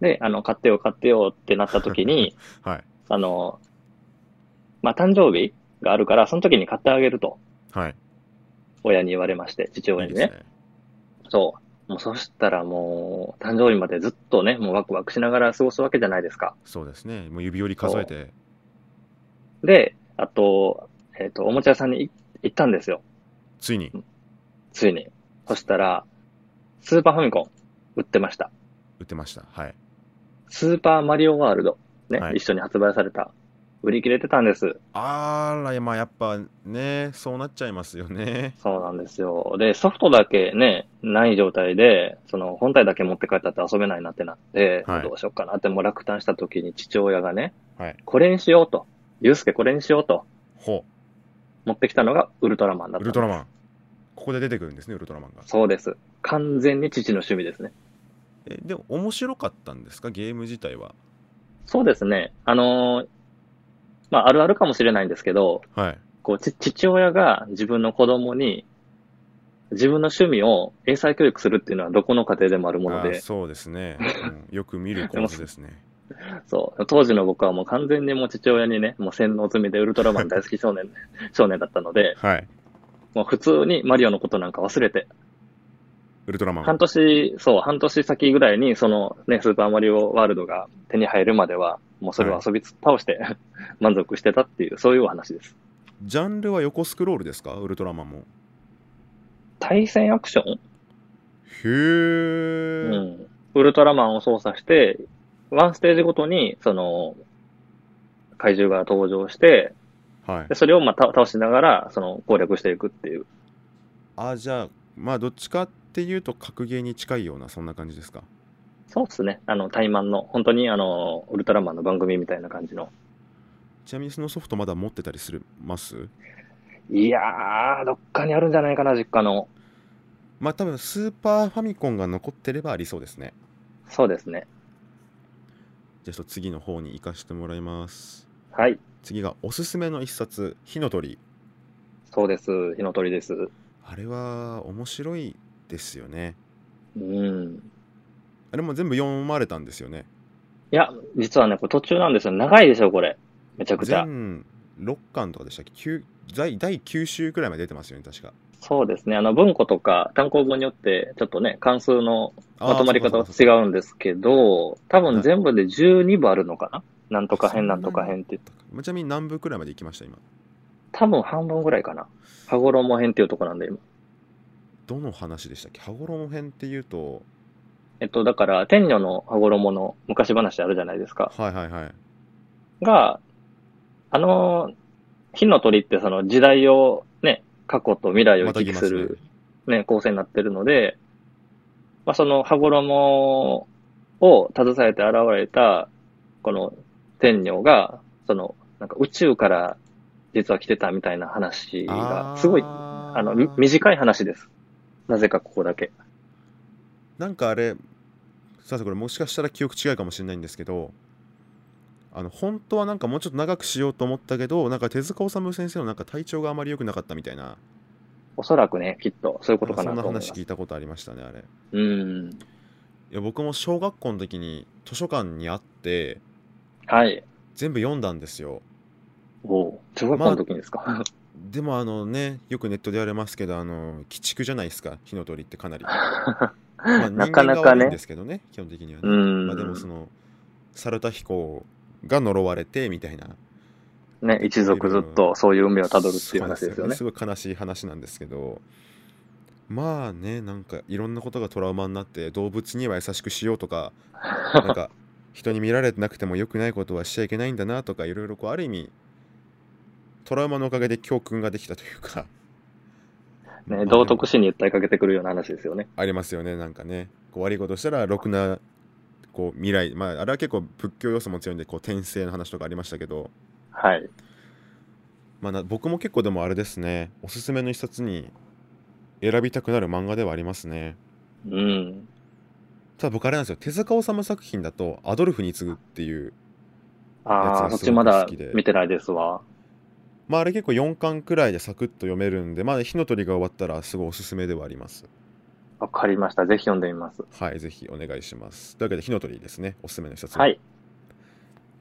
[SPEAKER 2] で、あの、買ってよ、買ってよってなった 時に、
[SPEAKER 1] はい
[SPEAKER 2] あの、まあ、誕生日があるから、その時に買ってあげると、
[SPEAKER 1] はい
[SPEAKER 2] 親に言われまして、父親
[SPEAKER 1] いい
[SPEAKER 2] に
[SPEAKER 1] で
[SPEAKER 2] ね。
[SPEAKER 1] すね
[SPEAKER 2] そう。もうそしたらもう、誕生日までずっとね、もうワクワクしながら過ごすわけじゃないですか。
[SPEAKER 1] そうですねもう指折り数えて
[SPEAKER 2] で、あと、えっ、と、おもちゃ屋さんにい行ったんですよ。
[SPEAKER 1] ついに
[SPEAKER 2] ついに。そしたら、スーパーファミコン、売ってました。
[SPEAKER 1] 打ってましたはい
[SPEAKER 2] スーパーマリオワールド、ね、
[SPEAKER 1] はい
[SPEAKER 2] 一緒に発売された。売り切れてたんです。
[SPEAKER 1] あらまあやっぱねそうなっちゃいますよね
[SPEAKER 2] そうなんですよ。で、ソフトだけね、ない状態で、その本体だけ持って帰ったって遊べないなってなって、
[SPEAKER 1] はい
[SPEAKER 2] どうしようかなってもう落胆した時に父親がね、
[SPEAKER 1] はい
[SPEAKER 2] これにしようと。ゆうすけこれにしようと。
[SPEAKER 1] ほ
[SPEAKER 2] 持ってきたのがウルトラマンだ
[SPEAKER 1] うウ
[SPEAKER 2] った
[SPEAKER 1] ル
[SPEAKER 2] んです。
[SPEAKER 1] トラマンここで出てくるんですねウルトラマンが
[SPEAKER 2] そうです。完全に父の趣味ですね。
[SPEAKER 1] えで面白かったんですかゲーム自体は
[SPEAKER 2] そうですね。あのーまあ、あるあるかもしれないんですけど、
[SPEAKER 1] はい
[SPEAKER 2] こう、ち、父親が自分の子供に、自分の趣味を英才教育するっていうのはどこの家庭でもあるもの
[SPEAKER 1] あー
[SPEAKER 2] で、
[SPEAKER 1] そうですね、うんよく見る構図 ですね
[SPEAKER 2] そう、当時の僕はもう完全にもう父親にね、もう洗脳済みでウルトラマン大 好き少年、少年だったので、
[SPEAKER 1] はい
[SPEAKER 2] もう普通にマリオのことなんか忘れて、
[SPEAKER 1] ウルトラマン
[SPEAKER 2] 半年、そう、半年先ぐらいに、そのね、スーパーマリオワールドが手に入るまでは、もうそれを遊びつ倒して、 満足してたっていう、そういうお話です。
[SPEAKER 1] ジャンルは横スクロールですかウルトラマンも
[SPEAKER 2] 対戦アクション、
[SPEAKER 1] へ
[SPEAKER 2] う
[SPEAKER 1] え、
[SPEAKER 2] ん、ウルトラマンを操作して、ワンステージごとに、その、怪獣が登場して、
[SPEAKER 1] はい
[SPEAKER 2] でそれをまあた倒しながら、その、攻略していくっていう。
[SPEAKER 1] あじゃあまあどっちかっていうと格ゲーに近いようなそんな感じですか
[SPEAKER 2] そうですね。あの、タイマンの、本当にあの、ウルトラマンの番組みたいな感じの。
[SPEAKER 1] ちなみにそのソフトまだ持ってたりするます
[SPEAKER 2] いやー、どっかにあるんじゃないかな、実家の。
[SPEAKER 1] まあ多分スーパーファミコンが残ってればありそうですね
[SPEAKER 2] そうですね。
[SPEAKER 1] じゃあちょっと次の方に行かしてもらいます
[SPEAKER 2] はい。
[SPEAKER 1] 次がおすすめの一冊「火の鳥
[SPEAKER 2] そうです。火の鳥です。」
[SPEAKER 1] あれは面白いですよね
[SPEAKER 2] うん。
[SPEAKER 1] あれも全部読まれたんですよね
[SPEAKER 2] いや、実はね、これ途中なんですよ。長いでしょ、これ。めちゃくちゃ。
[SPEAKER 1] 全6巻とかでしたっけ九在第9週くらいまで出てますよね確か
[SPEAKER 2] そうですね。あの、文庫とか単行本によって、ちょっとね、関数の
[SPEAKER 1] あー
[SPEAKER 2] まとまり方
[SPEAKER 1] そう
[SPEAKER 2] は
[SPEAKER 1] かそうか
[SPEAKER 2] 違うんですけど、多分全部で12部あるのかななんとか編、
[SPEAKER 1] そんな
[SPEAKER 2] なんとか編って。
[SPEAKER 1] そうかちなみに何部くらいまで行きました今
[SPEAKER 2] 多分半分ぐらいかな。羽衣編っていうとこなんで、今。
[SPEAKER 1] どの話でしたっけ羽衣編っていうと
[SPEAKER 2] えっと、だから、天女の羽衣の昔話あるじゃないですか。
[SPEAKER 1] はいはいはい
[SPEAKER 2] が、あの、火の鳥ってその時代をね、過去と未来を
[SPEAKER 1] ま
[SPEAKER 2] 行
[SPEAKER 1] た
[SPEAKER 2] き
[SPEAKER 1] 行
[SPEAKER 2] 来
[SPEAKER 1] きますすね
[SPEAKER 2] るね、構成になってるので、まあ、その羽衣を携えて現れた、この天女が、その、なんか宇宙から実は来てたみたいな話
[SPEAKER 1] あ
[SPEAKER 2] が、
[SPEAKER 1] ー
[SPEAKER 2] すごい、あの、み短い話です。なぜかここだけ。
[SPEAKER 1] なんかあれさあこれもしかしたら記憶違いかもしれないんですけどあの本当はなんかもうちょっと長くしようと思ったけどなんか手塚治虫先生のなんか体調があまり良くなかったみたいな
[SPEAKER 2] おそらくね、きっと、そういうことか
[SPEAKER 1] そ
[SPEAKER 2] なん
[SPEAKER 1] な
[SPEAKER 2] と思いま
[SPEAKER 1] 話
[SPEAKER 2] す。
[SPEAKER 1] 聞いたことありましたねあれ
[SPEAKER 2] うん。
[SPEAKER 1] いや僕も小学校の時に図書館にあって
[SPEAKER 2] はい。
[SPEAKER 1] 全部読んだんですよ
[SPEAKER 2] おう中学校の時にですか。
[SPEAKER 1] でもあのねよくネットで言われますけどあの鬼畜じゃないですか火の鳥ってかなりまあ
[SPEAKER 2] なかな
[SPEAKER 1] 人間
[SPEAKER 2] か
[SPEAKER 1] が悪
[SPEAKER 2] ね
[SPEAKER 1] いんですけどね基本的には
[SPEAKER 2] う
[SPEAKER 1] ね、
[SPEAKER 2] ん。
[SPEAKER 1] まあ、でもその猿田彦が呪われてみたいな
[SPEAKER 2] ね、一族ずっとそういう運命をたどるっていう
[SPEAKER 1] そうなん
[SPEAKER 2] 話ですよね。
[SPEAKER 1] すごい悲しい話なんですけどまあねなんかいろんなことがトラウマになって動物には優しくしようと かなんか人に見られてなくても良くないことはしちゃいけないんだなとかいろいろこうある意味トラウマのおかげで教訓ができたというか、まあで
[SPEAKER 2] ね、
[SPEAKER 1] も
[SPEAKER 2] 道徳心に訴えかけてくるような話ですよね。
[SPEAKER 1] ありますよねなんかねこう悪いことしたらろくなこう未来まああれは結構仏教要素も強いんでこう転生の話とかありましたけど、
[SPEAKER 2] はい。
[SPEAKER 1] まあ、な僕も結構でもあれですねおすすめの一冊に選びたくなる漫画ではありますね
[SPEAKER 2] うん。
[SPEAKER 1] ただ僕あれなんですよ手塚治虫作品だと「アドルフに次ぐ」っていう
[SPEAKER 2] ああ、
[SPEAKER 1] やつ
[SPEAKER 2] そ
[SPEAKER 1] が
[SPEAKER 2] っ
[SPEAKER 1] す
[SPEAKER 2] ち
[SPEAKER 1] ご
[SPEAKER 2] ま
[SPEAKER 1] く好
[SPEAKER 2] だ
[SPEAKER 1] きで
[SPEAKER 2] 見てないですわ。
[SPEAKER 1] まああれ結構4巻くらいでサクッと読めるんでまあ火の鳥が終わったらすごいおすすめではあります
[SPEAKER 2] わかりました。ぜひ読んでみます。
[SPEAKER 1] はい、ぜひお願いします。というわけで、火の鳥ですね、おすすめの一つ。
[SPEAKER 2] はい。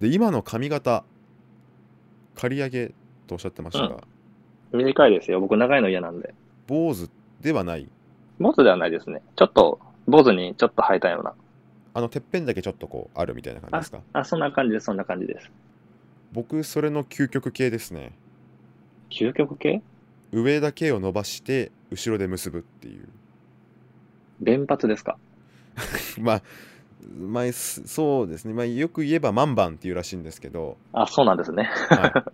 [SPEAKER 1] で、今の髪型、刈り上げとおっしゃってましたが、
[SPEAKER 2] 短いですよ。僕長いの嫌なんで。
[SPEAKER 1] 坊主ではない、
[SPEAKER 2] 坊主ではないですね。ちょっと、坊主にちょっと生えたような。
[SPEAKER 1] あの、てっぺんだけちょっとこう、あるみたいな感じですか。
[SPEAKER 2] あ、そんな感じです。そんな感じです。
[SPEAKER 1] 僕、それの究極系ですね。
[SPEAKER 2] 究極系
[SPEAKER 1] 上だけを伸ばして、後ろで結ぶっていう。
[SPEAKER 2] 連発ですか
[SPEAKER 1] まあ、まあ、すそうですね、まあ、よく言えば万番っていうらしいんですけど、
[SPEAKER 2] あ、そうなんですね。
[SPEAKER 1] はい、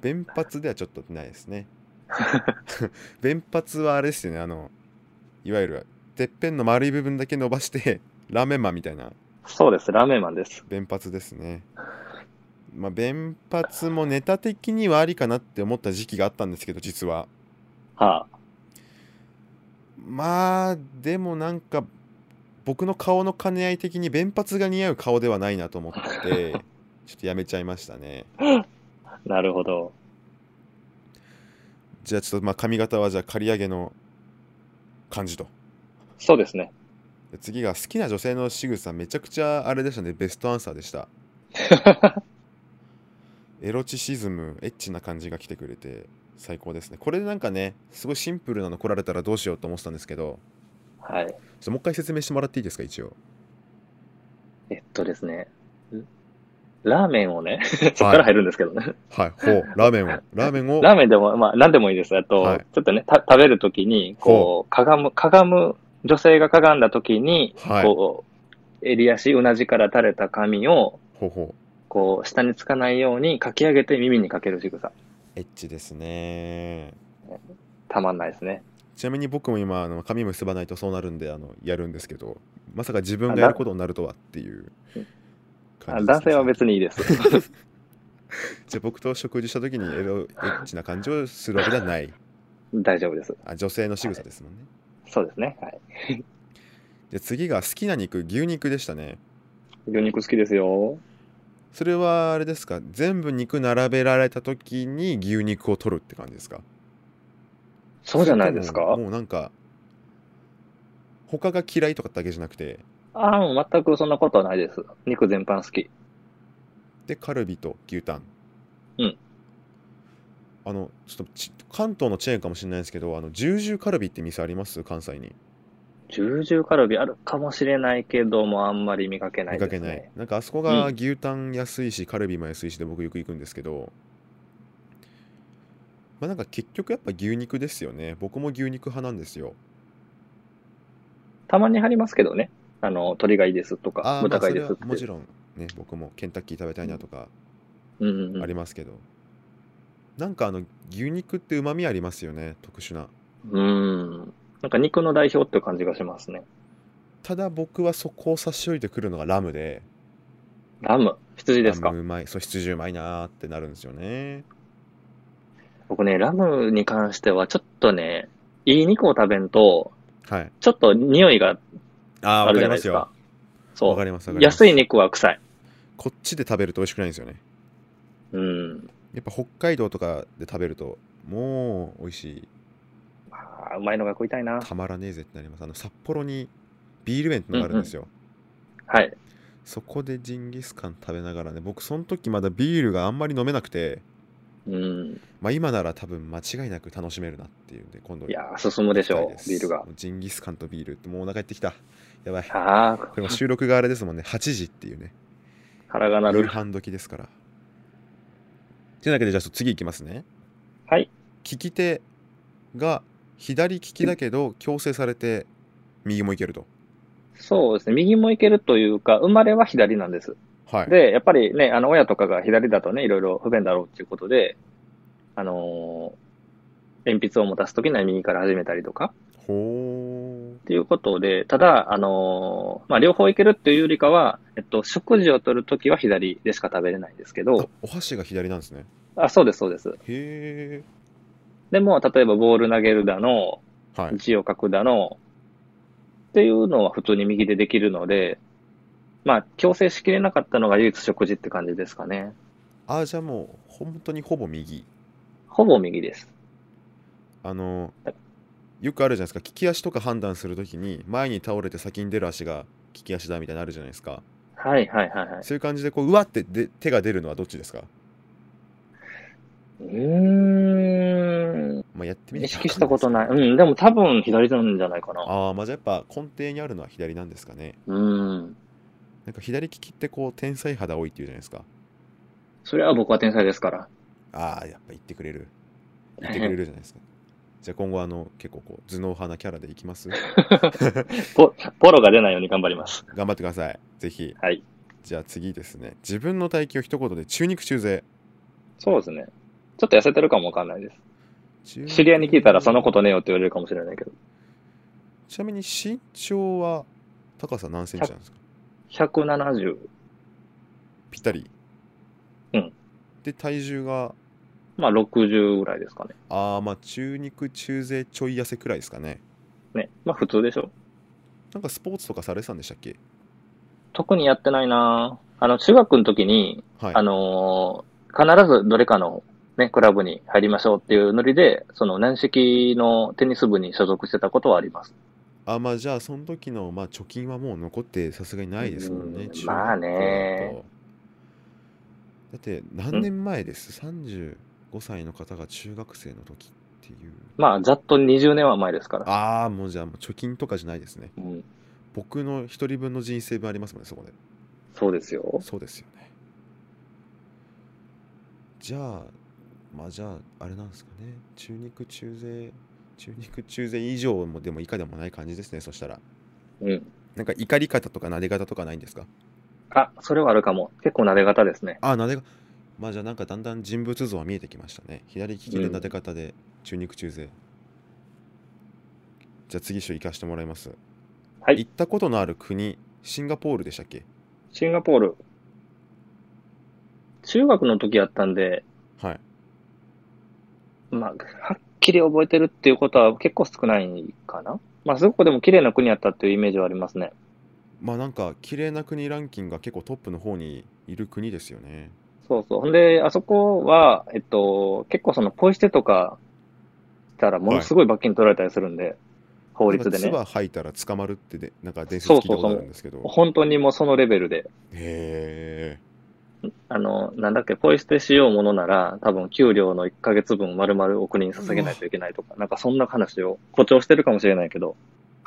[SPEAKER 1] 弁髪ではちょっとないですね。 弁髪はあれですよね、あの、いわゆるてっぺんの丸い部分だけ伸ばして、ラーメンマンみたいな
[SPEAKER 2] そうです。ラーメンマンです。
[SPEAKER 1] 弁髪ですね。まあ、弁髪もネタ的にはありかなって思った時期があったんですけど、実は。
[SPEAKER 2] は
[SPEAKER 1] まあ、でもなんか、僕の顔の兼ね合い的に弁髪が似合う顔ではないなと思って、ちょっとやめちゃいましたね。
[SPEAKER 2] あ、なるほど。
[SPEAKER 1] じゃあちょっとまあ髪型はじゃあ刈り上げの感じと。
[SPEAKER 2] そうですね。
[SPEAKER 1] で次が好きな女性の仕草めちゃくちゃあれでしたね。ベストアンサーでした。エロチシズム、エッチな感じが来てくれて最高ですね。これでなんかね、すごいシンプルなの来られたらどうしようと思ってたんですけど、
[SPEAKER 2] はい。
[SPEAKER 1] ちょっともう一回説明してもらっていいですか、一応。
[SPEAKER 2] えっとですね。んラーメンをね、 そこから入るんですけどね。
[SPEAKER 1] はい、ほう、ラーメンを。ラーメンを。
[SPEAKER 2] ラーメンでも、まあ、なんでもいいです。あと、
[SPEAKER 1] はい
[SPEAKER 2] ちょっとね、た食べるときに、こう、かがむ、かがむ、女性がかがんだときに、
[SPEAKER 1] はい
[SPEAKER 2] こう、襟足、うなじから垂れた髪を、
[SPEAKER 1] ほうほう。
[SPEAKER 2] こう、下につかないようにかき上げて耳にかける仕草。
[SPEAKER 1] エッチですね。
[SPEAKER 2] たまんないですね。
[SPEAKER 1] ちなみに僕も今、あの髪結ばないとそうなるんで、あのやるんですけど、まさか自分がやることになるとはっていう
[SPEAKER 2] あ男性は別
[SPEAKER 1] に。
[SPEAKER 2] にいいです。
[SPEAKER 1] じゃあ僕と食事した時にエロエッチな感じをするわけではない。
[SPEAKER 2] 大丈夫です。
[SPEAKER 1] あ女性の仕草ですもんね。
[SPEAKER 2] そうですね。はい。
[SPEAKER 1] じゃあ次が好きな肉、牛肉でしたね。
[SPEAKER 2] 魚肉好きですよ。
[SPEAKER 1] それはあれですか、全部肉並べられた時に牛肉を取るって感じですか
[SPEAKER 2] そうじゃないです
[SPEAKER 1] それ
[SPEAKER 2] か
[SPEAKER 1] とももうなんか、他が嫌いとかだけじゃなくて、
[SPEAKER 2] ああ、もう全くそんなことはないです。肉全般好き。
[SPEAKER 1] でカルビと牛タン
[SPEAKER 2] うん
[SPEAKER 1] あのちょっとち関東のチェーンかもしれないですけどあの十々カルビって店あります関西に
[SPEAKER 2] 重々カルビあるかもしれないけども、あんまり見かけな
[SPEAKER 1] 見
[SPEAKER 2] い
[SPEAKER 1] か
[SPEAKER 2] で
[SPEAKER 1] け
[SPEAKER 2] す
[SPEAKER 1] ない、
[SPEAKER 2] ね。
[SPEAKER 1] なんかあそこが
[SPEAKER 2] うん
[SPEAKER 1] 牛タン安いし、カルビも安いしで僕よく行くんですけどまあなんか結局やっぱ牛肉ですよね僕も牛肉派なんですよ
[SPEAKER 2] たまに貼りますけどね。あの、鳥がいいですとか
[SPEAKER 1] あ、あま
[SPEAKER 2] 豚
[SPEAKER 1] あそ
[SPEAKER 2] がいい
[SPEAKER 1] れ
[SPEAKER 2] です
[SPEAKER 1] は
[SPEAKER 2] って。
[SPEAKER 1] もちろんね僕もケンタッキー食べたいなとか
[SPEAKER 2] うんうんうん
[SPEAKER 1] ありますけど、なんかあの牛肉ってうまみありますよね特殊な
[SPEAKER 2] うん。なんか肉の代表って感じがしますね。
[SPEAKER 1] ただ僕はそこを差し置いてくるのがラムで
[SPEAKER 2] ラム、羊です
[SPEAKER 1] ラ
[SPEAKER 2] か
[SPEAKER 1] ム。うまいそう羊うまいなーってなるんですよね
[SPEAKER 2] 僕ね、ラムに関してはちょっとね、いい肉を食べんと、
[SPEAKER 1] はい
[SPEAKER 2] ちょっと匂いが
[SPEAKER 1] あー
[SPEAKER 2] あ
[SPEAKER 1] わか
[SPEAKER 2] るじゃ
[SPEAKER 1] り
[SPEAKER 2] な
[SPEAKER 1] ま
[SPEAKER 2] いですす
[SPEAKER 1] よ
[SPEAKER 2] か。
[SPEAKER 1] わ
[SPEAKER 2] そ
[SPEAKER 1] か
[SPEAKER 2] う。
[SPEAKER 1] りますわかります
[SPEAKER 2] 安い肉は臭い。
[SPEAKER 1] こっちで食べると美味しくないんですよね
[SPEAKER 2] うん。
[SPEAKER 1] やっぱ北海道とかで食べるともう美味しい
[SPEAKER 2] あーうまいのが食いたいな。
[SPEAKER 1] たまらねえぜってなりますあの札幌にビール園ってのがあるんですよ、
[SPEAKER 2] はい。
[SPEAKER 1] そこでジンギスカン食べながらね僕その時まだビールがあんまり飲めなくて
[SPEAKER 2] うん。
[SPEAKER 1] まあ今なら多分間違いなく楽しめるなっていうんで今度
[SPEAKER 2] いやー、進むでし
[SPEAKER 1] 行きたい
[SPEAKER 2] ょ
[SPEAKER 1] で
[SPEAKER 2] う、
[SPEAKER 1] す
[SPEAKER 2] ビールが。
[SPEAKER 1] もうジンギスカンとビールってもうお腹減ってきたやばいこ
[SPEAKER 2] ああ、
[SPEAKER 1] れも収録があれですもんね8時っていうね
[SPEAKER 2] 腹が鳴
[SPEAKER 1] 夕
[SPEAKER 2] る。
[SPEAKER 1] 飯時ですから。てなわけで、じゃあ次いきますね。
[SPEAKER 2] はい。
[SPEAKER 1] 利き手が左利きだけど、強制されて右もいけると。
[SPEAKER 2] そうですね。右も行けるというか、生まれは左なんです。
[SPEAKER 1] はい。
[SPEAKER 2] で、やっぱりね、あの、親とかが左だとね、いろいろ不便だろうっていうことで、あのー鉛筆を持たすときには右から始めたりとか、
[SPEAKER 1] ほ
[SPEAKER 2] っていうことで、ただ、あのーまあ、両方いけるっていうよりかは、えっと、食事を取るときは左でしか食べれないんですけ
[SPEAKER 1] ー。あ
[SPEAKER 2] ど、
[SPEAKER 1] お箸が左なんですね。
[SPEAKER 2] あ、そうです、そうです。
[SPEAKER 1] へ
[SPEAKER 2] でも、例えばボール投げるだの、
[SPEAKER 1] ー。はい。
[SPEAKER 2] 字を書くだの、っていうのは普通に右でできるので、まあ、強制しきれなかったのが唯一食事って感じですかね。
[SPEAKER 1] あ、じゃあもう、本当にほぼ右。
[SPEAKER 2] ほぼ右です。
[SPEAKER 1] あの、よくあるじゃないですか利き足とか判断するときに前に倒れて先に出る足が利き足だみたいなのあるじゃないですか
[SPEAKER 2] はいはいはいはい。
[SPEAKER 1] そういう感じでこううわってで手が出るのはどっちですか、
[SPEAKER 2] うーん。
[SPEAKER 1] まあ、やってみな
[SPEAKER 2] 意
[SPEAKER 1] きゃ
[SPEAKER 2] 識
[SPEAKER 1] わ
[SPEAKER 2] し
[SPEAKER 1] か
[SPEAKER 2] た
[SPEAKER 1] んない
[SPEAKER 2] こ
[SPEAKER 1] ですけど
[SPEAKER 2] とない。うん、でも多分左なんじゃないかな。
[SPEAKER 1] ああまあじゃあやっぱ根底にあるのは左なんですかね
[SPEAKER 2] うん。
[SPEAKER 1] なんか左利きってこう天才肌多いっていうじゃないですか
[SPEAKER 2] それは僕は天才ですから。
[SPEAKER 1] ああやっぱ言ってくれる言ってくれるじゃないです かじゃあ今後あの結構こう頭脳派なキャラでいきます
[SPEAKER 2] ポポロが出ないように頑張ります。
[SPEAKER 1] 頑張ってくださいぜひ
[SPEAKER 2] はい。
[SPEAKER 1] じゃあ次ですね自分の体型を一言で中肉中背
[SPEAKER 2] そうですね。ちょっと痩せてるかもわかんないです。
[SPEAKER 1] 中
[SPEAKER 2] 知り合いに聞いたらそのことねよって言われるかもしれないけど。
[SPEAKER 1] ちなみに身長は高さ何センチなんですか
[SPEAKER 2] 170。
[SPEAKER 1] ぴったり
[SPEAKER 2] うん
[SPEAKER 1] で体重が
[SPEAKER 2] まあ60ぐらいですかね。
[SPEAKER 1] ああまあ中肉中背ちょい痩せくらいですかね
[SPEAKER 2] ね。まあ普通でしょ。
[SPEAKER 1] なんかスポーツとかされてたんでしたっけ
[SPEAKER 2] 特にやってないなぁあの、中学の時に、
[SPEAKER 1] はい
[SPEAKER 2] あのー必ずどれかのね、クラブに入りましょうっていうノリで、その軟式のテニス部に所属してたことはあります。
[SPEAKER 1] あまあじゃあその時のまあ貯金はもう残ってさすがにないですもんね
[SPEAKER 2] うん
[SPEAKER 1] 中学校だと
[SPEAKER 2] まあね
[SPEAKER 1] だって何年前です35歳の方が中学生の時っていう
[SPEAKER 2] まあ、ざっと20年は前ですから。
[SPEAKER 1] ああもうじゃあもう貯金とかじゃないですね
[SPEAKER 2] うん、
[SPEAKER 1] 僕の一人分の人生分ありますもんねそこで
[SPEAKER 2] そうですよ。
[SPEAKER 1] そうですよねじゃあまあじゃああれなんですかね中肉中背中肉中背以上もでも以下でもない感じですねそしたら
[SPEAKER 2] うん。
[SPEAKER 1] なんか怒り方とか撫で方とかないんですか
[SPEAKER 2] あ、それはあるかも。結構撫で方ですね。
[SPEAKER 1] あ、撫でが、まあじゃあなんかだんだん人物像は見えてきましたね。左利きで撫で方で中肉中背。じゃあ次週行かしてもらいます。
[SPEAKER 2] はい
[SPEAKER 1] 行ったことのある国、シンガポールでしたっけ
[SPEAKER 2] シンガポール。中学の時やったんで、
[SPEAKER 1] はい。
[SPEAKER 2] まあ、はっきり覚えてるっていうことは結構少ないかな。まあ、すごくでも綺麗な国やったっていうイメージはありますね。
[SPEAKER 1] まあなんか綺麗な国ランキングが結構トップの方にいる国ですよね。
[SPEAKER 2] そうそう。ほんで、あそこは、えっと、結構そのポイ捨てとかしたらものすごい罰金取られたりするんで、法律
[SPEAKER 1] な
[SPEAKER 2] で
[SPEAKER 1] ん
[SPEAKER 2] ね。
[SPEAKER 1] か唾吐いたら捕まるってで、なんか伝説聞いたことあるんですけど。
[SPEAKER 2] 本当にもうそのレベルで。
[SPEAKER 1] へえ。
[SPEAKER 2] あの、なんだっけ、ポイ捨てしようものなら、多分給料の1ヶ月分丸々お国に捧げないといけないとか、なんかそんな話を誇張してるかもしれないけど、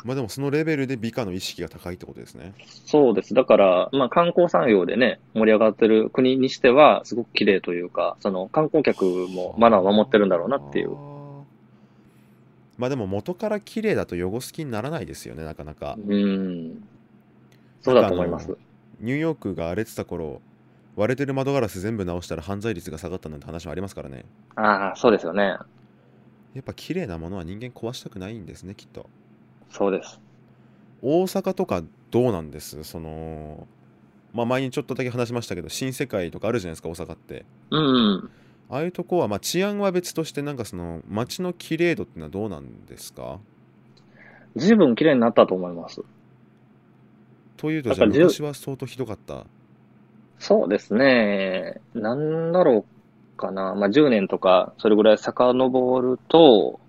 [SPEAKER 1] まあでもそのレベルで美化の意識が高いってことですね。
[SPEAKER 2] そうです。だから、まあ観光産業でね、盛り上がってる国にしては、すごく綺麗というか、その観光客もマナーを守ってるんだろうなっていう。
[SPEAKER 1] まあでも元から綺麗だと汚す気にならないですよねなかなか
[SPEAKER 2] うん。そうだと思います。
[SPEAKER 1] ニューヨークが荒れてた頃割れてる窓ガラス全部直したら犯罪率が下がったなんて話もありますからね
[SPEAKER 2] ああ、そうですよね。
[SPEAKER 1] やっぱ綺麗なものは人間壊したくないんですねきっと
[SPEAKER 2] そうです。
[SPEAKER 1] 大阪とかどうなんですそのまあ前にちょっとだけ話しましたけど新世界とかあるじゃないですか大阪って
[SPEAKER 2] うん。
[SPEAKER 1] ああいうとこはまあ治安は別としてなんかその街の綺麗度ってのはどうなんですか
[SPEAKER 2] 随分綺麗になったと思います。
[SPEAKER 1] というと
[SPEAKER 2] なん
[SPEAKER 1] じゃ
[SPEAKER 2] か
[SPEAKER 1] あ
[SPEAKER 2] じゅう
[SPEAKER 1] 昔は相当ひどかった
[SPEAKER 2] そうですね。なんだろうかな。まあ、10年とか、それぐらい遡ると、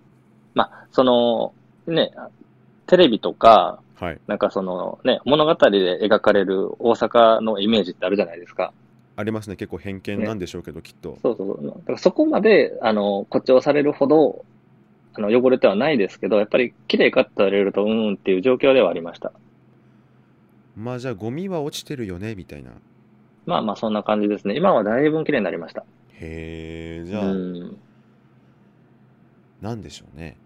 [SPEAKER 2] まあ、その、ね、テレビとか、
[SPEAKER 1] はい
[SPEAKER 2] なんかそのね、物語で描かれる大阪のイメージってあるじゃないですか。
[SPEAKER 1] ありますね結構偏見なんでしょうけど、きっと
[SPEAKER 2] そうそうそう。だからそこまで、あの、誇張されるほど、あの、汚れてはないですけど、やっぱり綺麗かって言われると、うーんっていう状況ではありました。
[SPEAKER 1] まあじゃあゴミは落ちてるよねみたいな
[SPEAKER 2] まあまあ、そんな感じですね。今はだいぶ綺麗になりました。
[SPEAKER 1] へえじ
[SPEAKER 2] う
[SPEAKER 1] ゃあ、
[SPEAKER 2] ん。
[SPEAKER 1] なんでしょうね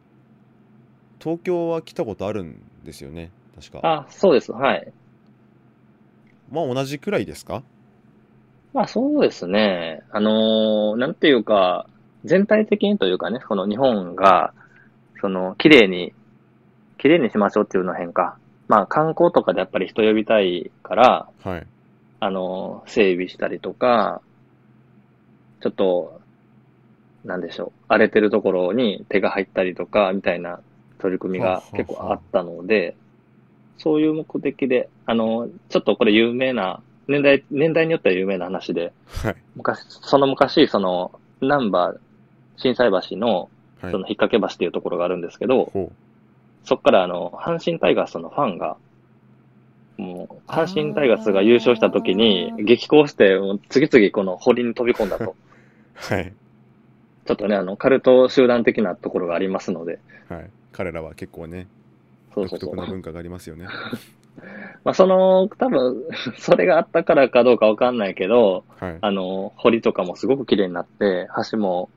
[SPEAKER 1] 東京は来たことあるんですよね確か
[SPEAKER 2] あ、そうです。はい。
[SPEAKER 1] まあ同じくらいですか
[SPEAKER 2] まあそうですね。あのーなんていうか、全体的にというかね、この日本が、その、綺麗に、綺麗にしましょうっていうのは変か。まあ観光とかでやっぱり人呼びたいから、
[SPEAKER 1] はい
[SPEAKER 2] あのー整備したりとか、ちょっと、なんでしょう、荒れてるところに手が入ったりとか、みたいな取り組みが結構あったので、そういう目的で、あのーちょっとこれ有名な、年代、年代によっては有名な話で、
[SPEAKER 1] はい
[SPEAKER 2] 昔、その昔、その、ナンバー、震災橋の、
[SPEAKER 1] はい
[SPEAKER 2] その、引っ掛け橋っていうところがあるんですけど、
[SPEAKER 1] ほう
[SPEAKER 2] そっからあの、阪神タイガースのファンが、もう、阪神タイガースが優勝した時に
[SPEAKER 1] あー
[SPEAKER 2] 激高して、もう次々この堀に飛び込ん だと。
[SPEAKER 1] はい
[SPEAKER 2] ちょっとね、あの、カルト集団的なところがありますので、
[SPEAKER 1] はい彼らは結構ね
[SPEAKER 2] そうそう
[SPEAKER 1] 独
[SPEAKER 2] そう
[SPEAKER 1] 特。な文化がありますよね
[SPEAKER 2] まあ、その、多分、 それがあったからかどうかわかんないけど、
[SPEAKER 1] はい
[SPEAKER 2] あの、堀とかもすごく綺麗になって、橋も、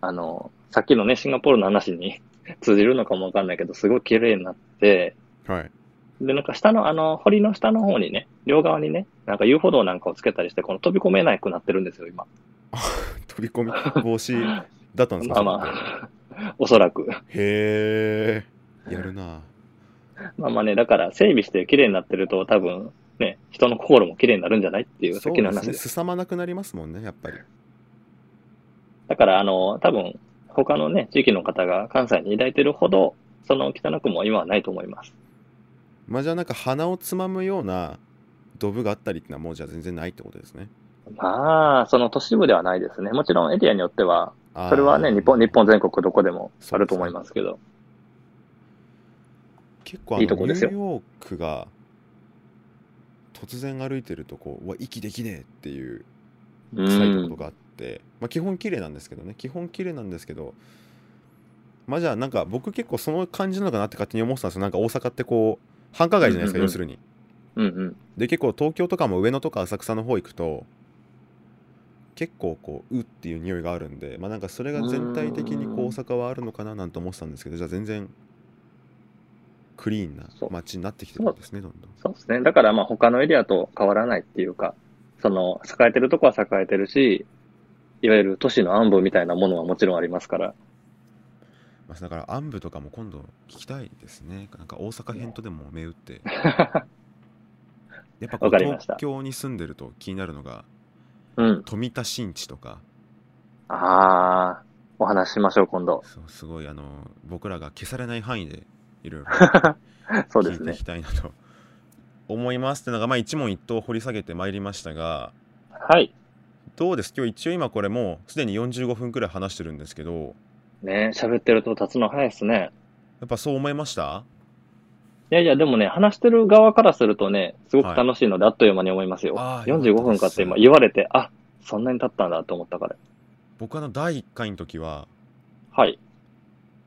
[SPEAKER 2] あの、さっきのね、シンガポールの話に 通じるのかもわかんないけど、すごく綺麗になって、
[SPEAKER 1] はい
[SPEAKER 2] で、なんか下の、あの、堀の下の方にね、両側にね、なんか遊歩道なんかをつけたりして、この飛び込めなくなってるんですよ、今。
[SPEAKER 1] 飛び込み防止だったんです
[SPEAKER 2] まあ
[SPEAKER 1] か
[SPEAKER 2] まあ、 おそらく。
[SPEAKER 1] へえやるな
[SPEAKER 2] まあまあね、だから整備して綺麗になってると、多分、ね、人の心も綺麗になるんじゃないっていう、さっきの話で
[SPEAKER 1] す
[SPEAKER 2] す。
[SPEAKER 1] さまなくなりますもんねやっぱり
[SPEAKER 2] だから、あの、多分、他のね、地域の方が関西に抱いてるほど、その汚くも今はないと思います。
[SPEAKER 1] まあじゃあなんか鼻をつまむようなドブがあったりってのはもうじゃあ全然ないってことですね
[SPEAKER 2] まあ、その都市部ではないですね。もちろんエリアによっては、
[SPEAKER 1] あー
[SPEAKER 2] それはね、日本、日本全国どこでもあると思いますけど。
[SPEAKER 1] 結構あの
[SPEAKER 2] いいとこですよ
[SPEAKER 1] ニューヨークが突然歩いてるとこううわ息できねえっていう
[SPEAKER 2] う
[SPEAKER 1] 臭いとこ
[SPEAKER 2] ん
[SPEAKER 1] ろ。があって、まあ基本綺麗なんですけどね基本綺麗なんですけどまあじゃあなんか僕結構その感じなのかなって勝手に思ってたんですよなんか大阪ってこう繁華街じゃないですか、
[SPEAKER 2] うんうんうん
[SPEAKER 1] 要するに
[SPEAKER 2] うんうん。
[SPEAKER 1] で結構東京とかも上野とか浅草の方行くと結構こう「う」っていう匂いがあるんでまあなんかそれが全体的にこう大
[SPEAKER 2] うん
[SPEAKER 1] 阪はあるのかななんて思ってたんですけどじゃあ全然クリーンな
[SPEAKER 2] そう
[SPEAKER 1] 街になってきてるんですねどんどん
[SPEAKER 2] そうですね。だから、まあ、他のエリアと変わらないっていうか、その、栄えてるとこは栄えてるし、いわゆる都市の暗部みたいなものはもちろんありますから。
[SPEAKER 1] まあ、だから暗部とかも今度聞きたいですねなんか大阪編とでも銘打って やっぱこう
[SPEAKER 2] わかりました
[SPEAKER 1] 東京に住んでると気になるのが
[SPEAKER 2] うん。
[SPEAKER 1] 富田新地とか
[SPEAKER 2] ああ、お話ししましょう、今度。
[SPEAKER 1] そうすごいあの僕らが消されない範囲でいろいろ
[SPEAKER 2] そうで
[SPEAKER 1] 聞い
[SPEAKER 2] す
[SPEAKER 1] てい
[SPEAKER 2] ね。
[SPEAKER 1] きたいなと思いますってのが、まあ、一問一答掘り下げてまいりましたが
[SPEAKER 2] はい。
[SPEAKER 1] どうです今日一応今これもうすでに45分くらい話してるんですけど
[SPEAKER 2] ね喋ってると立つの早いですね。
[SPEAKER 1] やっぱそう思いました
[SPEAKER 2] いやいや、でもね、話してる側からするとね、すごく楽しいので、あっという間に思いますよ。
[SPEAKER 1] あーよ
[SPEAKER 2] 45
[SPEAKER 1] かったです
[SPEAKER 2] 分かって今言われて、あ、そんなに経ったんだと思ったから。
[SPEAKER 1] 僕あの第1回の時は
[SPEAKER 2] はい。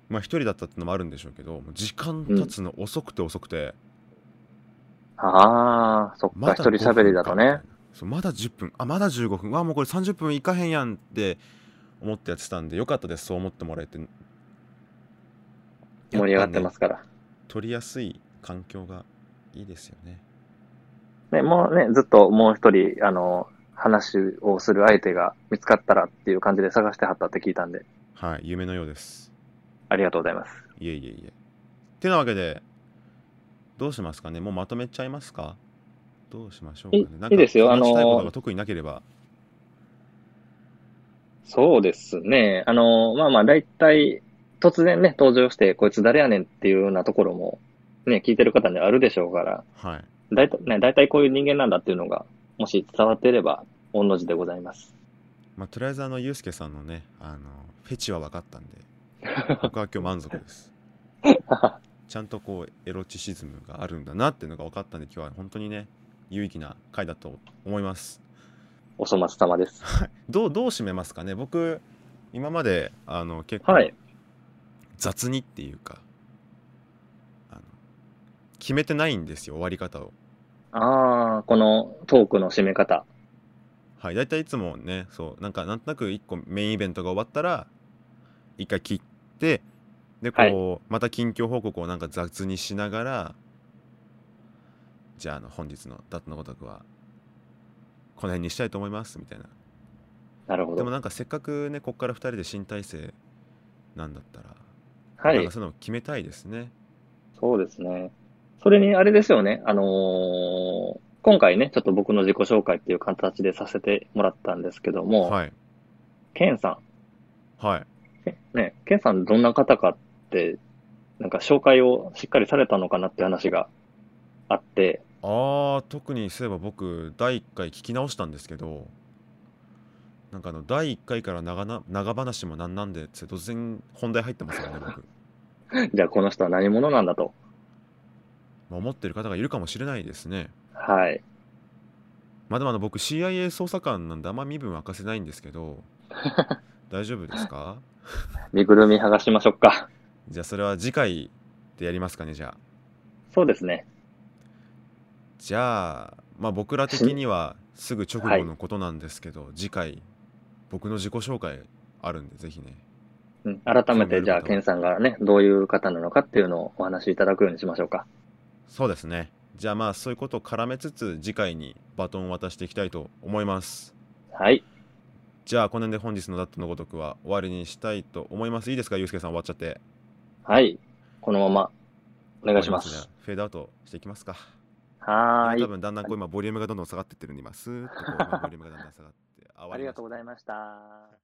[SPEAKER 1] まあ一人だったってのもあるんでしょうけどもう時間経つの遅くて遅くて、
[SPEAKER 2] ああ、そっか、
[SPEAKER 1] ま
[SPEAKER 2] 一
[SPEAKER 1] だ
[SPEAKER 2] 人喋りだと
[SPEAKER 1] 5分
[SPEAKER 2] ね
[SPEAKER 1] か。そうまだ10分あまだ15分わあもうこれ30分いかへんやんって思ってやってたんでよかったですそう思ってもらえて
[SPEAKER 2] 盛り上がってますすから。
[SPEAKER 1] 取りやすい環境がいいですよね
[SPEAKER 2] ね、もうね、ずっともう一人、あの、話をする相手が見つかったらっていう感じで探してはったって聞いたんで、
[SPEAKER 1] はい夢のようです
[SPEAKER 2] ありがとうございます。
[SPEAKER 1] いえいえいえてなわけでどうしますかねもうまとめちゃいますかどうしましょうかね
[SPEAKER 2] い
[SPEAKER 1] なんか
[SPEAKER 2] いいですよあの
[SPEAKER 1] 話
[SPEAKER 2] ー
[SPEAKER 1] したいことが特になければ
[SPEAKER 2] そうですね。あの、まあまあ、だいたい突然ね、登場して、こいつ誰やねんっていうようなところも、ね、聞いてる方にはあるでしょうから、
[SPEAKER 1] はい
[SPEAKER 2] だいたいね、だいたいこういう人間なんだっていうのが、もし伝わっていれば、御の字でございます。
[SPEAKER 1] まあ、とりあえずあのユうスケさんのねあのフェチは分か ったんで僕は今日満足ですちゃんとこうエロチシズムがあるんだなっていうのが分かったんで今日は本当にね有意義な回だと思います
[SPEAKER 2] お粗末様です。
[SPEAKER 1] どうどう締めますかね僕今まであの結構
[SPEAKER 2] はい。
[SPEAKER 1] 雑にっていうか、あの決めてないんですよ終わり方を
[SPEAKER 2] ああ、このトークの締め方。
[SPEAKER 1] はい大体いつもねそうなんかなんとなく一個メインイベントが終わったら一回切ってでこう、また近況報告をなんか雑にしながらじゃああの本日の「ダットのごとく」はこの辺にしたいと思いますみたいな
[SPEAKER 2] なるほ
[SPEAKER 1] でも
[SPEAKER 2] ど。
[SPEAKER 1] なんかせっかくねこっから2人で新体制なんだったら、
[SPEAKER 2] は
[SPEAKER 1] なん
[SPEAKER 2] い
[SPEAKER 1] か。そういうのを決めたいですね
[SPEAKER 2] そうですね。それに、あれですよね。あのー今回ね、ちょっと僕の自己紹介っていう形でさせてもらったんですけども、
[SPEAKER 1] はい
[SPEAKER 2] ケンさ
[SPEAKER 1] はい
[SPEAKER 2] ん。ね、ケンさんどんな方かって、なんか紹介をしっかりされたのかなって話があって、
[SPEAKER 1] あー特にそういえば僕第1回聞き直したんですけどなんかあの第1回から長な長話もなんなんでって突然本題入ってますよね僕
[SPEAKER 2] じゃあこの人は何者なんだと。
[SPEAKER 1] まあ思ってる方がいるかもしれないですね。
[SPEAKER 2] はい。
[SPEAKER 1] まあでもあの僕 CIA 捜査官なんであんま身分明かせないんですけど大丈夫ですか
[SPEAKER 2] 身ぐるみ剥がしましょうか。
[SPEAKER 1] じゃあそれは次回でやりますかねじゃあ。
[SPEAKER 2] そうですね。
[SPEAKER 1] じゃあ、まあ、僕ら的にはすぐ直後のことなんですけど、次回僕の自己紹介あるんでぜひね。
[SPEAKER 2] うん、改めて、じゃあ、
[SPEAKER 1] そうな
[SPEAKER 2] ケ
[SPEAKER 1] る
[SPEAKER 2] ンさんがね、どういう方なのかっていうのをお話しいただくようにしましょうか。
[SPEAKER 1] そうですね。じゃあまあそういうことを絡めつつ次回にバトンを渡していきたいと思います。
[SPEAKER 2] はい。
[SPEAKER 1] じゃあこの辺で本日のダットのごとくは終わりにしたいと思います。いいですかゆうすけさん終わっちゃって。
[SPEAKER 2] はい。このまま、お願いしま
[SPEAKER 1] 終わりじゃ。
[SPEAKER 2] す
[SPEAKER 1] あフェードアウトしていきますか。
[SPEAKER 2] は
[SPEAKER 1] 多
[SPEAKER 2] ーい。
[SPEAKER 1] 分だんだんこう 今ボリュームがどんどん下がってってるんで今スーッとこう今ボリュームがだんだん下がって。あ終わ
[SPEAKER 2] あ
[SPEAKER 1] りま
[SPEAKER 2] りが
[SPEAKER 1] した
[SPEAKER 2] とうございました。